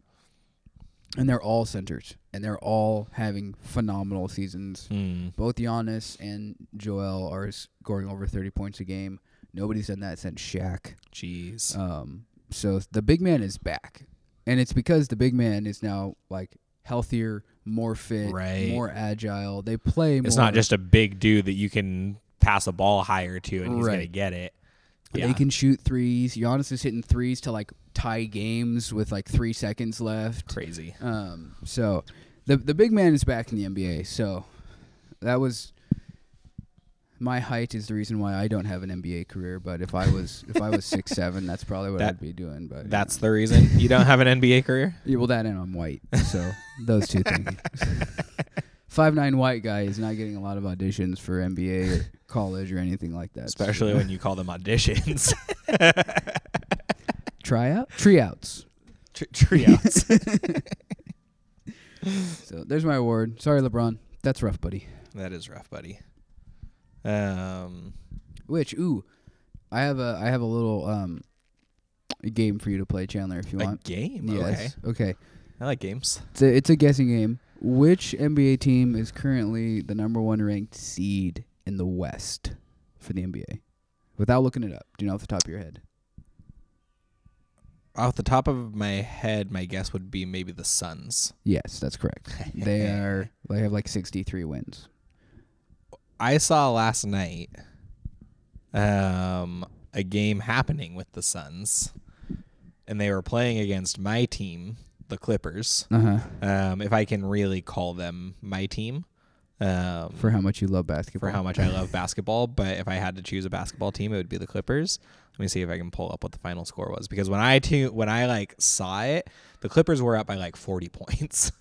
Speaker 2: and they're all centers, and they're all having phenomenal seasons.
Speaker 1: Mm.
Speaker 2: Both Giannis and Joel are scoring over 30 points a game. Nobody's done that since Shaq.
Speaker 1: Jeez.
Speaker 2: Um, So the big man is back, and it's because the big man is now like healthier, more fit,
Speaker 1: Right.
Speaker 2: more agile. They play.
Speaker 1: It's
Speaker 2: more.
Speaker 1: not just a big dude that you can pass a ball higher to and he's going to
Speaker 2: Right.
Speaker 1: get it.
Speaker 2: They
Speaker 1: Yeah.
Speaker 2: can shoot threes. Giannis is hitting threes to like tie games with like three seconds left.
Speaker 1: Crazy.
Speaker 2: Um, so the the big man is back in the NBA. So that was my height is the reason why I don't have an NBA career. But if I was if I was six seven, that's probably what
Speaker 1: That-
Speaker 2: I'd be doing. But
Speaker 1: That's the reason you don't have an NBA career?
Speaker 2: yeah, well that and I'm white, so those two things. Five nine white guy is not getting a lot of auditions for NBA or college or anything like that. So
Speaker 1: Especially when you call them auditions.
Speaker 2: tryout, treeouts.
Speaker 1: Tr- Trios.
Speaker 2: So there's my award. Sorry, LeBron. That's rough, buddy.
Speaker 1: that is rough, buddy. Um,
Speaker 2: Which ooh, I have a I have a little um game for you to play, Chandler, if you
Speaker 1: a
Speaker 2: want.
Speaker 1: game. Oh, Okay.
Speaker 2: Yes. Okay.
Speaker 1: I like games.
Speaker 2: It's a, it's a guessing game. Which NBA team is currently the number one ranked seed in the West for the NBA? Without looking it up, do you know off the top of your head?
Speaker 1: Off the top of my head, my guess would be maybe the Suns.
Speaker 2: Yes, that's correct. they are. They have like 63 wins.
Speaker 1: I saw last night um, a game happening with the Suns, and they were playing against my team, the Clippers.
Speaker 2: Uh huh.
Speaker 1: Um, if I can really call them my team, um,
Speaker 2: For how much you love
Speaker 1: for
Speaker 2: basketball.
Speaker 1: how much I love basketball. But if I had to choose a basketball team, it would be the Clippers. Let me see if I can pull up what the final score was because when I tu- when I like saw it, the Clippers were up by like forty points.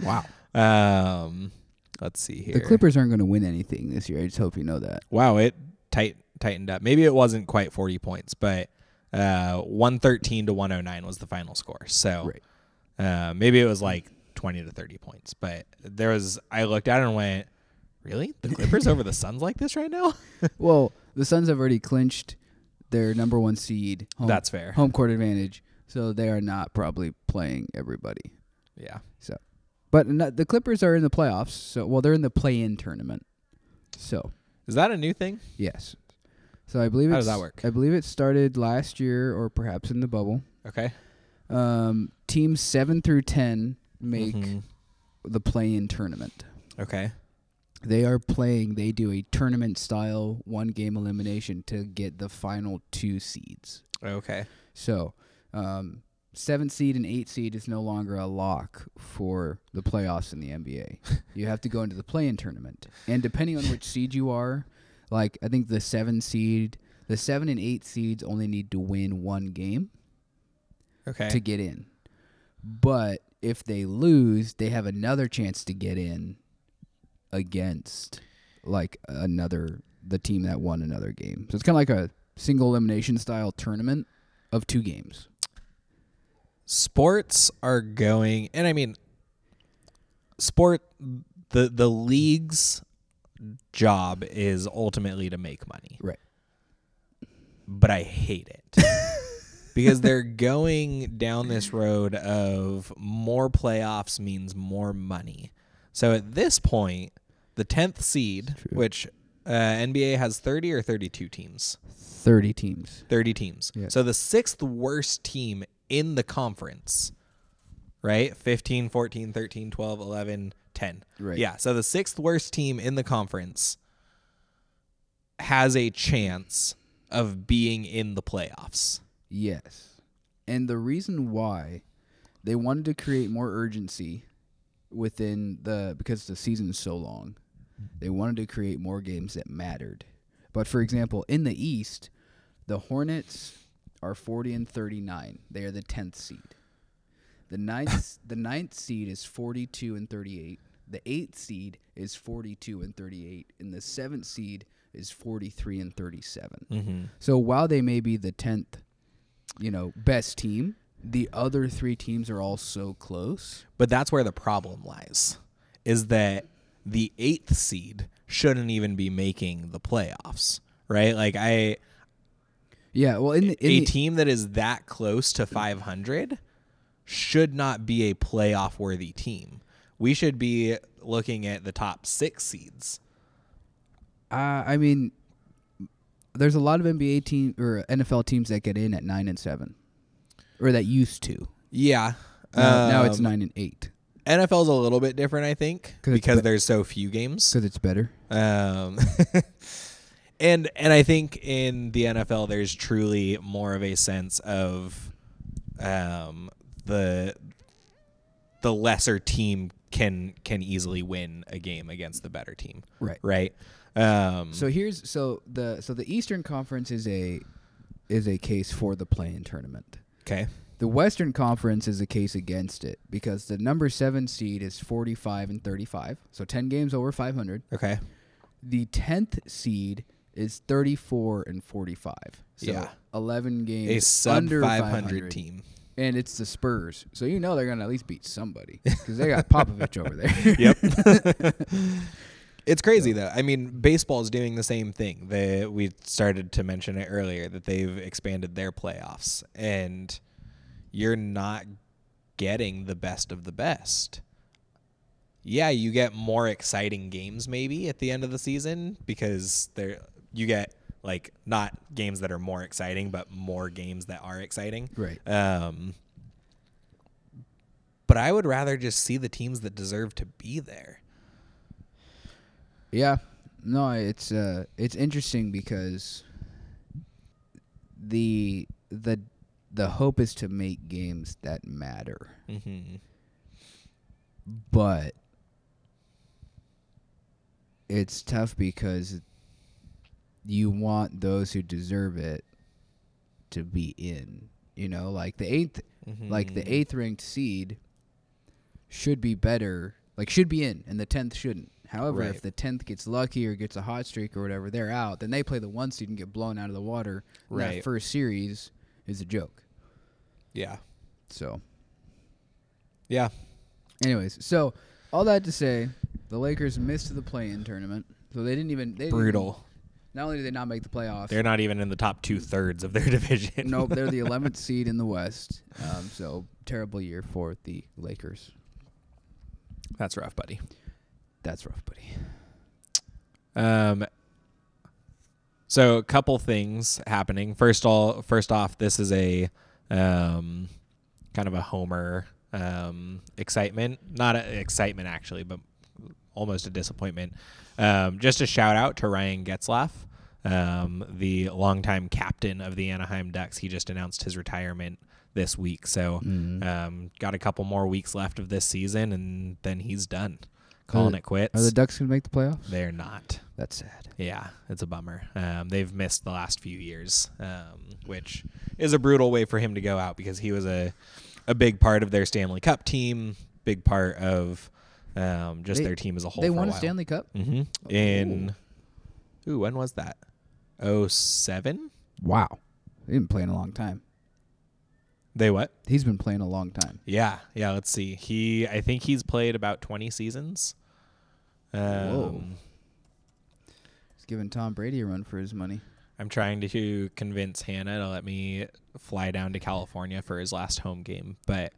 Speaker 2: Wow.
Speaker 1: um, let's see here.
Speaker 2: The Clippers aren't going to win anything this year. I just hope you know that.
Speaker 1: Wow, it tight tightened up. Maybe it wasn't quite forty points, but uh, one thirteen to one oh nine was the final score. So.
Speaker 2: Right.
Speaker 1: Uh, maybe it was like 20 to 30 points, but there was, I looked at it and went, really? The Clippers over the Suns like this right now?
Speaker 2: Well, the Suns have already clinched their number one seed. Home,
Speaker 1: That's fair.
Speaker 2: home court advantage, so they are not probably playing everybody.
Speaker 1: Yeah.
Speaker 2: So, but no- the Clippers are in the playoffs. So, well, they're in the play-in tournament. So,
Speaker 1: Is that a new thing?
Speaker 2: yes. So I believe
Speaker 1: How
Speaker 2: it's,
Speaker 1: does that work?
Speaker 2: I believe it started last year or perhaps in the bubble.
Speaker 1: Okay.
Speaker 2: Um, teams seven through ten make
Speaker 1: Mhm.
Speaker 2: the play-in tournament.
Speaker 1: Okay.
Speaker 2: They are playing. They do a tournament-style one-game elimination to get the final two seeds.
Speaker 1: Okay.
Speaker 2: So, um, seven seed and eight seed is no longer a lock for the playoffs in the NBA. you have to go into the play-in tournament, and depending on which seed you are, like I think the seven seed, the seven and eight seeds only need to win one game
Speaker 1: Okay.
Speaker 2: to get in. But if they lose, they have another chance to get in against like another the team that won another game. So it's kind of like a single elimination style tournament of two games.
Speaker 1: sports are going and i mean sport the the league's job is ultimately to make money
Speaker 2: Right.
Speaker 1: but i hate it because they're going down this road of more playoffs means more money so at this point the 10th seed which uh, nba has 30 or 32 teams
Speaker 2: 30 teams.
Speaker 1: 30 teams.
Speaker 2: Yeah.
Speaker 1: So the sixth worst team in the conference, right? 15, 14, 13, 12, 11, 10.
Speaker 2: Right.
Speaker 1: Yeah. So the sixth worst team in the conference has a chance of being in the playoffs.
Speaker 2: Yes. And the reason why they wanted to create more urgency within the because the season's so long. They wanted to create more games that mattered. But for example, in the East, the Hornets are 40 and 39. They are the 10th seed. The ninth the ninth seed is 42 and 38. The eighth seed is 42 and 38, and the seventh seed is 43 and 37.
Speaker 1: Mm-hmm.
Speaker 2: So while they may be the tenth, you know, best team, the other three teams are all so close.
Speaker 1: But that's where the problem lies is that the eighth seed shouldn't even be making the playoffs, right? Like, I.
Speaker 2: Yeah. Well, in the,
Speaker 1: a
Speaker 2: in the,
Speaker 1: team that is that close to 500 should not be a playoff worthy team. We should be looking at the top six seeds.
Speaker 2: uh, I mean, there's a lot of NBA team or NFL teams that get in at nine and seven. or that used to.
Speaker 1: Yeah.
Speaker 2: Now, now it's
Speaker 1: Um,
Speaker 2: nine and eight
Speaker 1: NFL's a little bit different, I think,
Speaker 2: 'Cause it's
Speaker 1: because
Speaker 2: be-
Speaker 1: there's so few games.
Speaker 2: because it's better.
Speaker 1: Um, and and I think in the NFL there's truly more of a sense of um, the the lesser team can can easily win a game against the better team,
Speaker 2: Right.
Speaker 1: right? Um,
Speaker 2: So here's so the so the Eastern Conference is a is a case for the play-in tournament.
Speaker 1: okay,
Speaker 2: The Western Conference is a case against it because the number seven seed is forty five and thirty five, so ten games over five hundred.
Speaker 1: okay,
Speaker 2: The tenth seed is thirty four and forty five, so
Speaker 1: Yeah.
Speaker 2: eleven games
Speaker 1: a sub
Speaker 2: under
Speaker 1: 500,
Speaker 2: 500
Speaker 1: team.
Speaker 2: and it's the Spurs. So you know they're gonna at least beat somebody because they got Popovich over there.
Speaker 1: Yep. It's crazy though. I mean, baseball's doing the same thing. They, we started to mention it earlier that they've expanded their playoffs, and you're not getting the best of the best. Yeah, you get more exciting games maybe at the end of the season because there you get like not games that are more exciting, but more games that are exciting.
Speaker 2: Right.
Speaker 1: Um, but I would rather just see the teams that deserve to be there.
Speaker 2: Yeah. No, it's uh it's interesting because the the the hope is to make games that matter.
Speaker 1: Mm-hmm.
Speaker 2: But it's tough because you want those who deserve it to be in. You know, like the 8th like
Speaker 1: Mm-hmm.
Speaker 2: the eighth ranked seed should be better like should be in and the tenth shouldn't however
Speaker 1: Right.
Speaker 2: if the tenth gets lucky or gets a hot streak or whatever they're out then they play the one seed and get blown out of the water and that
Speaker 1: Right.
Speaker 2: first series is a joke
Speaker 1: Yeah.
Speaker 2: so
Speaker 1: Yeah.
Speaker 2: anyways so all that to say the lakers missed the play-in tournament so they didn't even they didn't
Speaker 1: Brutal.
Speaker 2: even- not only did they not make the playoffs
Speaker 1: They're not even in the top two thirds of their division.
Speaker 2: nope they're the 11th seed in the west um, so terrible year for the lakers
Speaker 1: That's rough, buddy.
Speaker 2: that's rough buddy
Speaker 1: Um, so a couple things happening. First all, first off, this is a um, kind of a homer um, excitement, not a excitement actually, but almost a disappointment. Um, just a shout out to Ryan Getzlaff, um, the longtime captain of the Anaheim Ducks. He just announced his retirement this week, so
Speaker 2: Mm.
Speaker 1: um, got a couple more weeks left of this season, and then he's done calling
Speaker 2: the-
Speaker 1: it quits.
Speaker 2: Are the Ducks gonna make the playoffs?
Speaker 1: They're not.
Speaker 2: That's sad.
Speaker 1: Yeah, it's a bummer. Um, they've missed the last few years, um, which is a brutal way for him to go out because he was a, a big part of their Stanley Cup team, big part of um, just
Speaker 2: They-
Speaker 1: their team as a whole.
Speaker 2: They
Speaker 1: for
Speaker 2: won
Speaker 1: a
Speaker 2: a
Speaker 1: while.
Speaker 2: Stanley Oh. Cup.
Speaker 1: hmm In, ooh, when was that? Oh seven.
Speaker 2: Wow, they been playing a long time.
Speaker 1: They what?
Speaker 2: He's been playing a long time.
Speaker 1: Yeah, yeah. Let's see. He, I think he's played about twenty seasons. Um,
Speaker 2: Whoa. He's giving Tom Brady a run for his money.
Speaker 1: I'm trying to convince Hannah to let me fly down to California for his last home game, but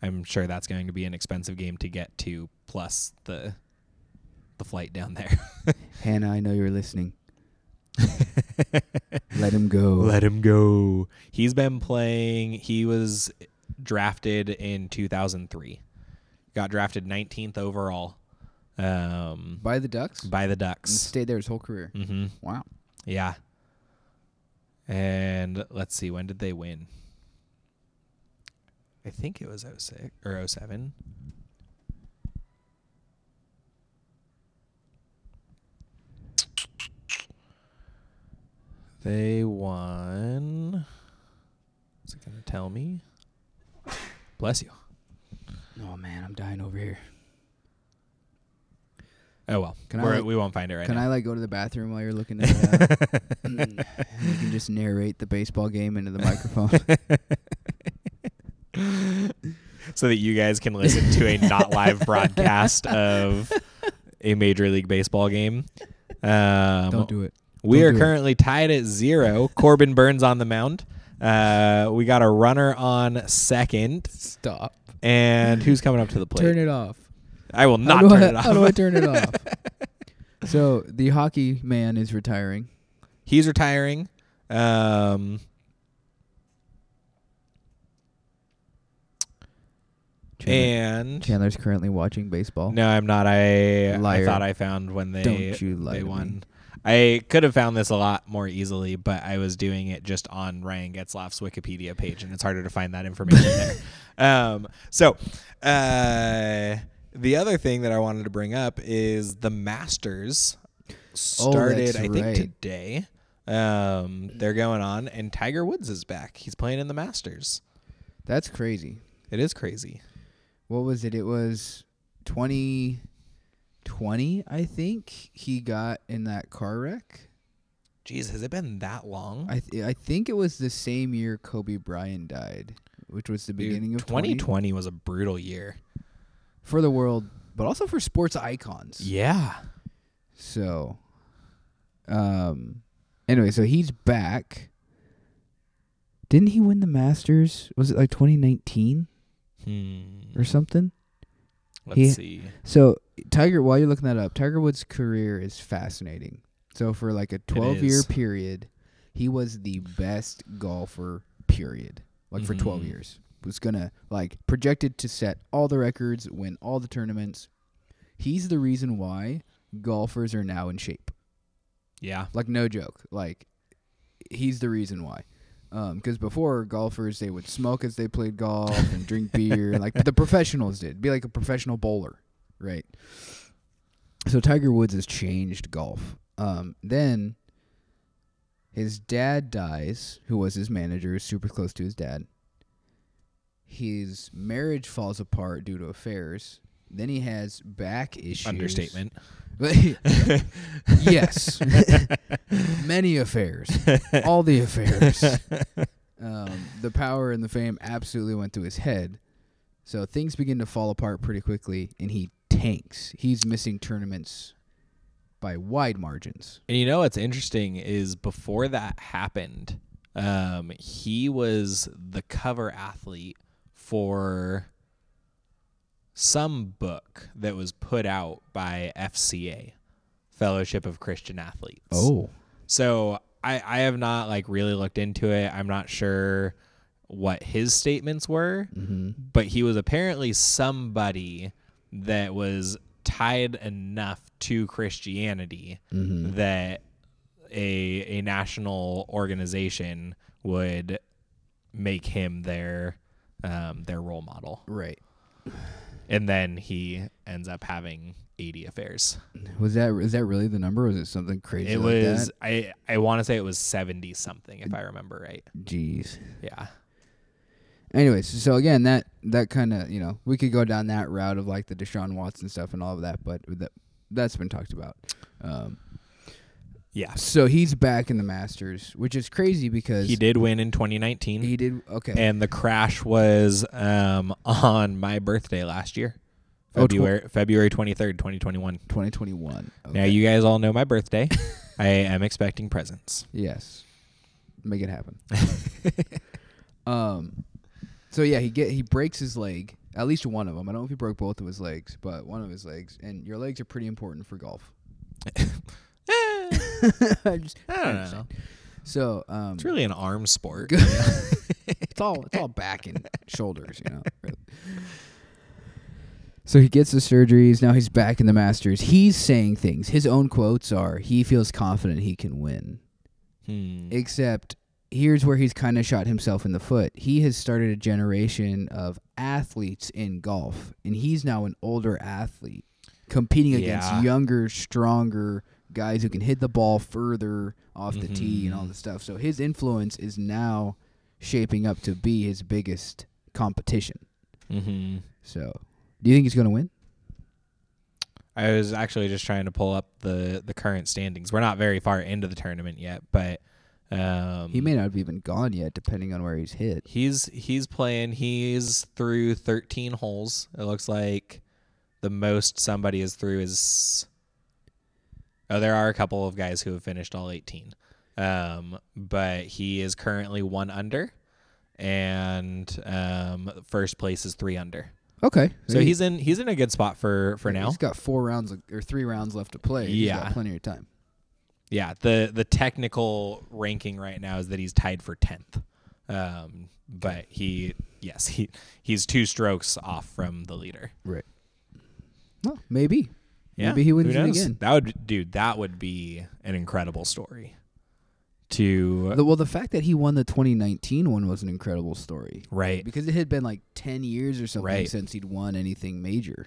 Speaker 1: I'm sure that's going to be an expensive game to get to plus the the flight down there.
Speaker 2: Hannah, I know you're listening. Let him go.
Speaker 1: Let him go. He's been playing. He was drafted in 2003. Got drafted 19th overall um,
Speaker 2: By the Ducks.
Speaker 1: by the
Speaker 2: And
Speaker 1: Ducks.
Speaker 2: stayed there his whole career.
Speaker 1: hmm
Speaker 2: Wow.
Speaker 1: Yeah. And let's see, when did they win? I think it was 06 or 07. They won. Is it going to tell me? Bless you.
Speaker 2: Oh man, I'm dying over here.
Speaker 1: Oh, well.
Speaker 2: Can I,
Speaker 1: We're-
Speaker 2: like-
Speaker 1: we won't find it right
Speaker 2: can
Speaker 1: now.
Speaker 2: I like go to the bathroom while you're looking at that? Mm. And you can just narrate the baseball game into the microphone.
Speaker 1: so that you guys can listen to a not live broadcast of a major league baseball game. Um,
Speaker 2: Don't do it.
Speaker 1: we
Speaker 2: don't
Speaker 1: are
Speaker 2: do it.
Speaker 1: currently tied at zero. Corbin Burns on the mound. Uh, we got a runner on second,
Speaker 2: Stop.
Speaker 1: and who's coming up to the plate?
Speaker 2: Turn it Oh, off.
Speaker 1: I will
Speaker 2: How
Speaker 1: not
Speaker 2: do
Speaker 1: turn
Speaker 2: I-
Speaker 1: it off.
Speaker 2: How do I turn it off? so the hockey man is retiring.
Speaker 1: He's retiring. Um,
Speaker 2: Chandler,
Speaker 1: And
Speaker 2: Chandler's currently watching baseball.
Speaker 1: no, I'm not. I I
Speaker 2: Liar.
Speaker 1: thought I found when they
Speaker 2: Don't you lie
Speaker 1: they
Speaker 2: to me.
Speaker 1: won. I could have found this a lot more easily, but I was doing it just on Ryan Getzloff's Wikipedia page, and it's harder to find that information there. Um, so, uh, the other thing that I wanted to bring up is the Masters started,
Speaker 2: Oh, that's
Speaker 1: I think,
Speaker 2: right.
Speaker 1: today. Um, they're going on, and Tiger Woods is back. He's playing in the Masters.
Speaker 2: That's crazy.
Speaker 1: It is crazy.
Speaker 2: What was it? It was 2020, I think. He got in that car wreck.
Speaker 1: Jeez, has it been that long?
Speaker 2: I th- I think it was the same year Kobe Bryant died, which was the
Speaker 1: Dude,
Speaker 2: beginning of
Speaker 1: 2020
Speaker 2: 2020
Speaker 1: was a brutal year.
Speaker 2: for the world, but also for sports icons.
Speaker 1: Yeah.
Speaker 2: So, um, anyway, so he's back. Didn't he win the Masters? Was it like 2019
Speaker 1: Hmm.
Speaker 2: or something?
Speaker 1: Let's
Speaker 2: he-
Speaker 1: see.
Speaker 2: So Tiger, while you're looking that up, Tiger Woods' career is fascinating. So for like a 12 year
Speaker 1: is.
Speaker 2: period, he was the best golfer. Period. Like for 12
Speaker 1: Mhm.
Speaker 2: years, was gonna like projected to set all the records, win all the tournaments. He's the reason why golfers are now in shape.
Speaker 1: Yeah.
Speaker 2: Like no joke. Like he's the reason why. Because before golfers, they would smoke as they played golf and drink beer, like the professionals did. Be like a professional bowler, right? So Tiger Woods has changed golf. Um, then his dad dies, who was his manager, was super close to his dad. His marriage falls apart due to affairs. Then he has back issues.
Speaker 1: Understatement.
Speaker 2: yes. Many affairs. All the affairs. Um, the power and the fame absolutely went to his head. So things begin to fall apart pretty quickly, and he tanks. He's missing tournaments by wide margins.
Speaker 1: And you know what's interesting is before that happened, um, he was the cover athlete for some book that was put out by FCA, Fellowship of Christian Athletes.
Speaker 2: Oh.
Speaker 1: So I, I have not like really looked into it. I'm not sure what his statements were,
Speaker 2: Mm-hmm.
Speaker 1: but he was apparently somebody that was tied enough to Christianity
Speaker 2: Mm-hmm.
Speaker 1: that a a national organization would make him their um, their role model.
Speaker 2: Right.
Speaker 1: And then he ends up having 80 affairs.
Speaker 2: Was that is that really the number? Or was it something crazy?
Speaker 1: It
Speaker 2: like
Speaker 1: was
Speaker 2: That?
Speaker 1: I I want to say it was 70 something if I remember right.
Speaker 2: Jeez.
Speaker 1: Yeah.
Speaker 2: Anyways, so again, that that kind of you know we could go down that route of like the Deshaun Watson stuff and all of that, but that that's been talked about. Um,
Speaker 1: Yeah.
Speaker 2: so he's back in the Masters, which is crazy because
Speaker 1: He did win in 2019,
Speaker 2: He did okay.
Speaker 1: and the crash was um, on my birthday last year,
Speaker 2: Oh, tw-
Speaker 1: February February 23rd, 2021.
Speaker 2: 2021. Okay.
Speaker 1: Now you guys all know my birthday. I am expecting presents.
Speaker 2: yes, make it happen. um, so yeah, he get he breaks his leg, at least one of them. I don't know if he broke both of his legs, but one of his legs. And your legs are pretty important for golf.
Speaker 1: Eh,
Speaker 2: I just-
Speaker 1: I don't know.
Speaker 2: understand. So um,
Speaker 1: It's really an arm sport.
Speaker 2: it's all it's all back and shoulders, you know. really. So he gets the surgeries. Now he's back in the Masters. He's saying things. His own quotes are: "He feels confident he can win."
Speaker 1: Hmm.
Speaker 2: Except here's where he's kind of shot himself in the foot. He has started a generation of athletes in golf, and he's now an older athlete competing
Speaker 1: Yeah.
Speaker 2: against younger, stronger guys who can hit the ball further off the tee and all
Speaker 1: Mhm.
Speaker 2: this stuff. So his influence is now shaping up to be his biggest competition.
Speaker 1: hmm
Speaker 2: So, do you think he's going to win?
Speaker 1: I was actually just trying to pull up the the current standings. We're not very far into the tournament yet, but um,
Speaker 2: He may not have even gone yet, depending on where he's hit.
Speaker 1: He's he's playing. He's through 13 holes. It looks like the most somebody is through is. Oh, there are a couple of guys who have finished all 18, um, but he is currently one under, and um, first place is three under.
Speaker 2: Okay,
Speaker 1: So he's in he's in a good spot for for now.
Speaker 2: He's got four rounds or three rounds left to play. He's got
Speaker 1: Yeah.
Speaker 2: plenty of time.
Speaker 1: Yeah, the the technical ranking right now is that he's tied for tenth, um, but he Yes, he he's two strokes off from the leader.
Speaker 2: Right. Well, maybe.
Speaker 1: Yeah,
Speaker 2: Maybe he wins
Speaker 1: who
Speaker 2: it
Speaker 1: knows?
Speaker 2: again.
Speaker 1: That would, dude, that would be an incredible story. To
Speaker 2: The, well, the fact that he won the 2019 one was an incredible story
Speaker 1: right,
Speaker 2: because it had been like 10 years or something
Speaker 1: Right.
Speaker 2: since he'd won anything major.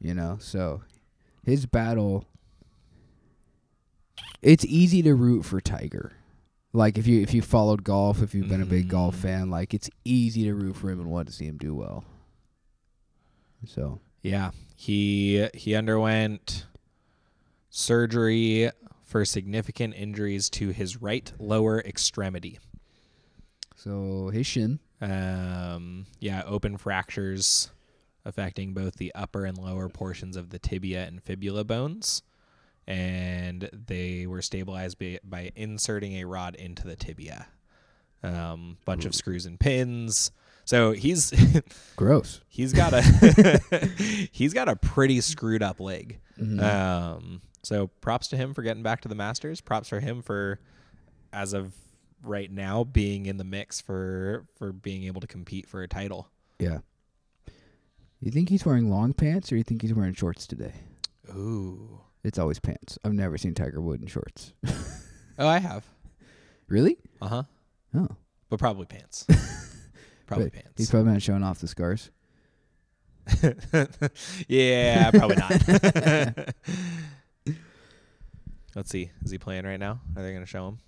Speaker 2: You know, so his battle. It's easy to root for Tiger. Like if you if you followed golf, if you've been a big golf fan, like it's easy to root for him and want to see him do well. So
Speaker 1: yeah, he he underwent surgery for significant injuries to his right lower extremity.
Speaker 2: so his shin.
Speaker 1: Um, yeah, open fractures affecting both the upper and lower portions of the tibia and fibula bones. And they were stabilized by, by inserting a rod into the tibia. Um, bunch of screws and pins. So he's
Speaker 2: Gross.
Speaker 1: he's got a he's got a pretty screwed up leg.
Speaker 2: Mm-hmm.
Speaker 1: Um, so props to him for getting back to the Masters. Props for him for as of right now being in the mix for for being able to compete for a title.
Speaker 2: Yeah. You think he's wearing long pants or you think he's wearing shorts today?
Speaker 1: Ooh.
Speaker 2: It's always pants. I've never seen Tiger Wood in shorts.
Speaker 1: Oh, I have.
Speaker 2: really?
Speaker 1: Uh huh.
Speaker 2: Oh.
Speaker 1: But probably pants. probably
Speaker 2: But He's
Speaker 1: pants.
Speaker 2: probably not showing off the scars.
Speaker 1: yeah, probably not. Let's see. Is he playing right now? Are they going to show him?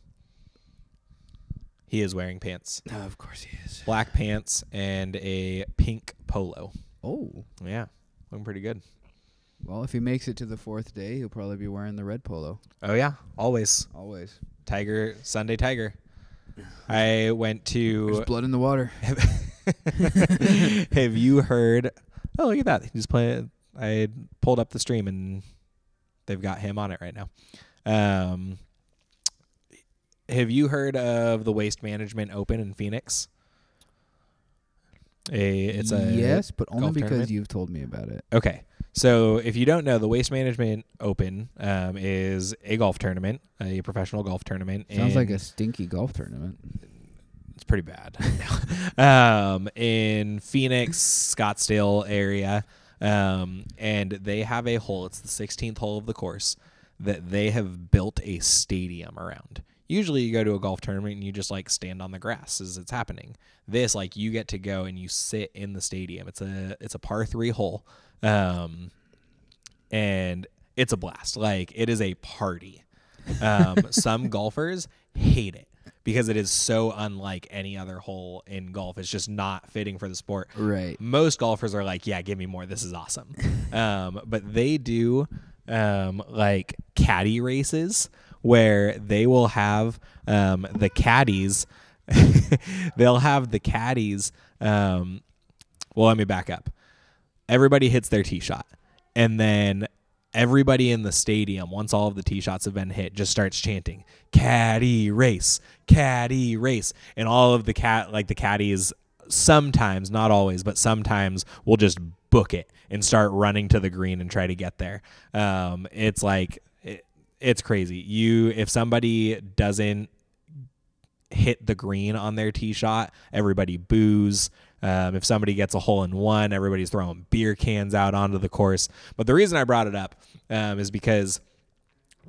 Speaker 1: He is wearing pants.
Speaker 2: No, of course he is.
Speaker 1: black pants and a pink polo.
Speaker 2: Oh.
Speaker 1: Yeah, looking pretty good.
Speaker 2: Well, if he makes it to the fourth day, he'll probably be wearing the red polo.
Speaker 1: Oh yeah, always
Speaker 2: Always.
Speaker 1: Tiger Sunday Tiger. I went
Speaker 2: There's
Speaker 1: to.
Speaker 2: blood in the water.
Speaker 1: have you heard? Oh look at that! He's playing. I pulled up the stream and they've got him on it right now. Um, have you heard of the Waste Management Open in Phoenix? A, it's a
Speaker 2: yes, but only
Speaker 1: golf
Speaker 2: because
Speaker 1: tournament?
Speaker 2: you've told me about it.
Speaker 1: Okay. So if you don't know, the Waste Management Open um, is a golf tournament, a professional golf tournament.
Speaker 2: Sounds like
Speaker 1: in-
Speaker 2: a stinky golf tournament.
Speaker 1: it's pretty bad. um, in Phoenix, Scottsdale area, um, and they have a hole. It's the 16th hole of the course that they have built a stadium around. Usually, you go to a golf tournament and you just like stand on the grass as it's happening. This, like, you get to go and you sit in the stadium. It's a it's a par three hole, um, and it's a blast. Like, it is a party. Um, some golfers hate it because it is so unlike any other hole in golf. It's just not fitting for the sport.
Speaker 2: Right.
Speaker 1: Most golfers are like, yeah, give me more. This is awesome. Um, but they do um, like caddy races where they will have um, the caddies, they'll have the caddies. Um, well, let me back up. Everybody hits their tee shot. And then everybody in the stadium, once all of the tee shots have been hit, just starts chanting, caddy race, caddy race. And all of the cat, like the caddies, sometimes, not always, but sometimes will just book it and start running to the green and try to get there. Um, it's like, it, it's crazy. You, if somebody doesn't hit the green on their tee shot, everybody boos. Um, if somebody gets a hole in one, everybody's throwing beer cans out onto the course. But the reason I brought it up um, is because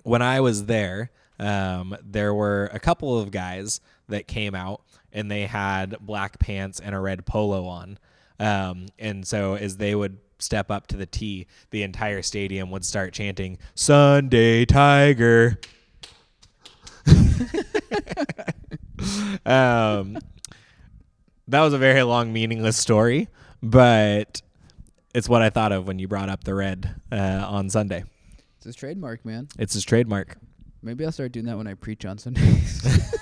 Speaker 1: when I was there, um, there were a couple of guys that came out and they had black pants and a red polo on. Um, and so as they would step up to the tee, the entire stadium would start chanting, Sunday Tiger. um, that was a very long, meaningless story, but it's what I thought of when you brought up the red uh, on Sunday.
Speaker 2: It's his trademark, man.
Speaker 1: It's his trademark.
Speaker 2: Maybe I'll start doing that when I preach on Sundays.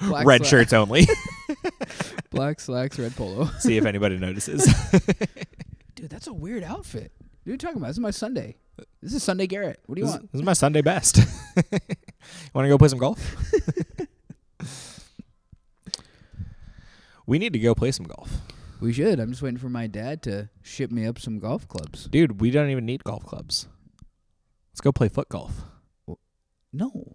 Speaker 2: Black
Speaker 1: red
Speaker 2: sla-
Speaker 1: shirts only.
Speaker 2: Black slacks, red polo.
Speaker 1: See if anybody notices.
Speaker 2: Dude, that's a weird outfit. What are you talking about? This is my Sunday. This is Sunday Garrett. What do you
Speaker 1: this,
Speaker 2: want?
Speaker 1: this is my Sunday best. Want to go play some golf? we need to go play some golf.
Speaker 2: We should. I'm just waiting for my dad to ship me up some golf clubs.
Speaker 1: Dude, we don't even need golf clubs. Let's go play foot golf.
Speaker 2: No.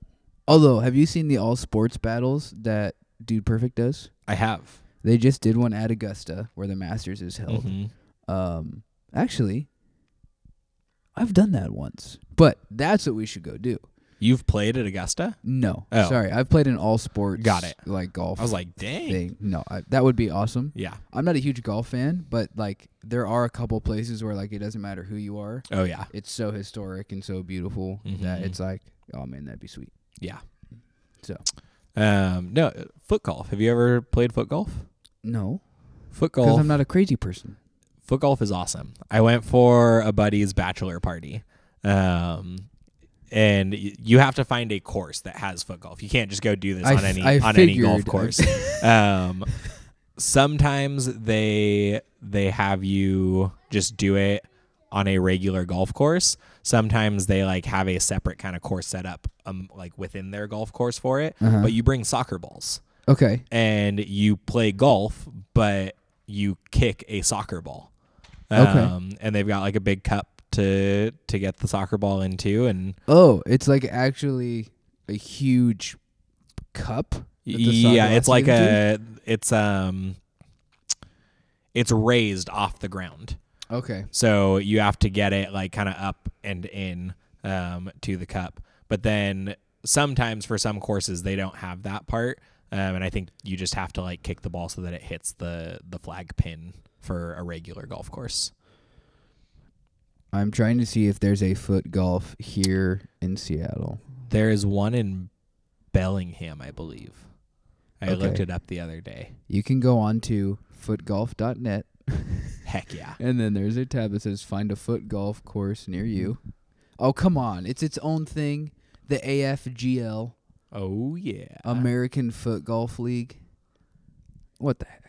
Speaker 2: Although, have you seen the all sports battles that Dude Perfect does?
Speaker 1: I have.
Speaker 2: They just did one at Augusta where the Masters is held.
Speaker 1: Mhm.
Speaker 2: Um, actually, I've done that once, but that's what we should go do.
Speaker 1: You've played at Augusta?
Speaker 2: No,
Speaker 1: Oh.
Speaker 2: sorry, I've played in all sports.
Speaker 1: Got it.
Speaker 2: Like golf.
Speaker 1: I was like, dang.
Speaker 2: thing. No, I, that would be awesome.
Speaker 1: Yeah.
Speaker 2: I'm not a huge golf fan, but like there are a couple places where like it doesn't matter who you are.
Speaker 1: Oh yeah.
Speaker 2: It's so historic and so beautiful that
Speaker 1: Mhm.
Speaker 2: it's like, oh man, that'd be sweet.
Speaker 1: Yeah.
Speaker 2: So
Speaker 1: Mm. Um, no, foot golf. Have you ever played foot golf?
Speaker 2: no,
Speaker 1: Foot
Speaker 2: because
Speaker 1: golf.
Speaker 2: I'm not a crazy person.
Speaker 1: foot golf is awesome. I went for a buddy's bachelor party. Um and y- you have to find a course that has foot golf. You can't just go do this
Speaker 2: I
Speaker 1: on
Speaker 2: f-
Speaker 1: any
Speaker 2: I
Speaker 1: on any golf
Speaker 2: figured.
Speaker 1: course. um sometimes they they have you just do it on a regular golf course. Sometimes they like have a separate kind of course set up um like within their golf course for it,
Speaker 2: Uh-huh.
Speaker 1: but you bring soccer balls
Speaker 2: Okay,
Speaker 1: and you play golf, but you kick a soccer ball. Um,
Speaker 2: Okay.
Speaker 1: And they've got like a big cup to to get the soccer ball into, and
Speaker 2: Oh, it's like actually a huge cup. that the soccer
Speaker 1: yeah,
Speaker 2: ball
Speaker 1: it's like
Speaker 2: goes into?
Speaker 1: a it's um it's raised off the ground,
Speaker 2: okay.
Speaker 1: so you have to get it like kind of up and in um to the cup. But then sometimes for some courses they don't have that part. Um, and I think you just have to like kick the ball so that it hits the the flag pin for a regular golf course.
Speaker 2: I'm trying to see if there's a foot golf here in Seattle.
Speaker 1: There is one in Bellingham, I believe. I looked
Speaker 2: Okay.
Speaker 1: it up the other day.
Speaker 2: You can go on to footgolf.net,
Speaker 1: Heck yeah.
Speaker 2: and then there's a tab that says "Find a foot golf course near
Speaker 1: Mm-hmm.
Speaker 2: you." Oh come on, it's its own thing. The AFGL
Speaker 1: Oh yeah.
Speaker 2: American Foot Golf League. What the heck?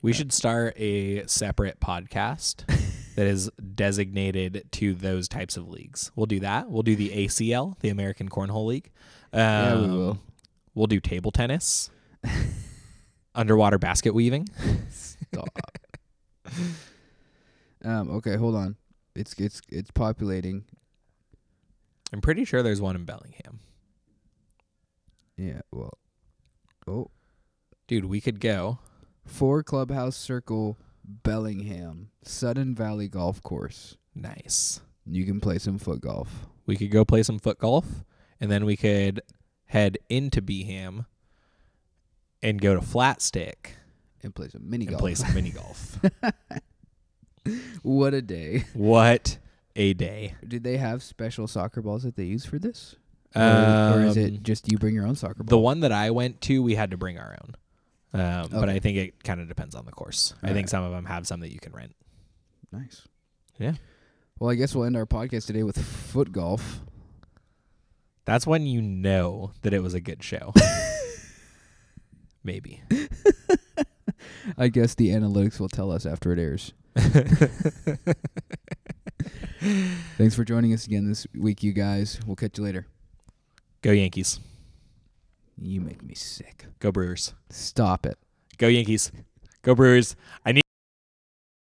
Speaker 1: we should start a separate podcast that is designated to those types of leagues. We'll do that. We'll do the ACL, the American Cornhole League. Um,
Speaker 2: yeah, we will.
Speaker 1: We'll do table tennis, underwater basket weaving.
Speaker 2: Stop. um. Okay, hold on. It's it's it's populating.
Speaker 1: I'm pretty sure there's one in Bellingham.
Speaker 2: Yeah, well, Oh.
Speaker 1: Dude, we could go.
Speaker 2: four clubhouse circle, Bellingham, Sudden Valley Golf Course.
Speaker 1: Nice.
Speaker 2: You can play some foot golf.
Speaker 1: We could go play some foot golf, and then we could head into Beeham and go to Flat Stick
Speaker 2: and play some mini
Speaker 1: and
Speaker 2: golf.
Speaker 1: play some mini golf.
Speaker 2: what a day!
Speaker 1: What a day!
Speaker 2: Did they have special soccer balls that they use for this, or, or is
Speaker 1: Um,
Speaker 2: it just you bring your own soccer
Speaker 1: the
Speaker 2: ball?
Speaker 1: one that I went to? We had to bring our own, um, but
Speaker 2: Okay.
Speaker 1: I think it kind of depends on the course. I
Speaker 2: All
Speaker 1: think
Speaker 2: right.
Speaker 1: some of them have some that you can rent.
Speaker 2: nice.
Speaker 1: Yeah.
Speaker 2: Well, I guess we'll end our podcast today with foot golf.
Speaker 1: That's when you know that it was a good show. Maybe.
Speaker 2: I guess the analytics will tell us after it airs. Thanks for joining us again this week, you guys. We'll catch you later.
Speaker 1: Go Yankees.
Speaker 2: You make me sick.
Speaker 1: Go Brewers.
Speaker 2: Stop it.
Speaker 1: Go Yankees. Go Brewers. I need.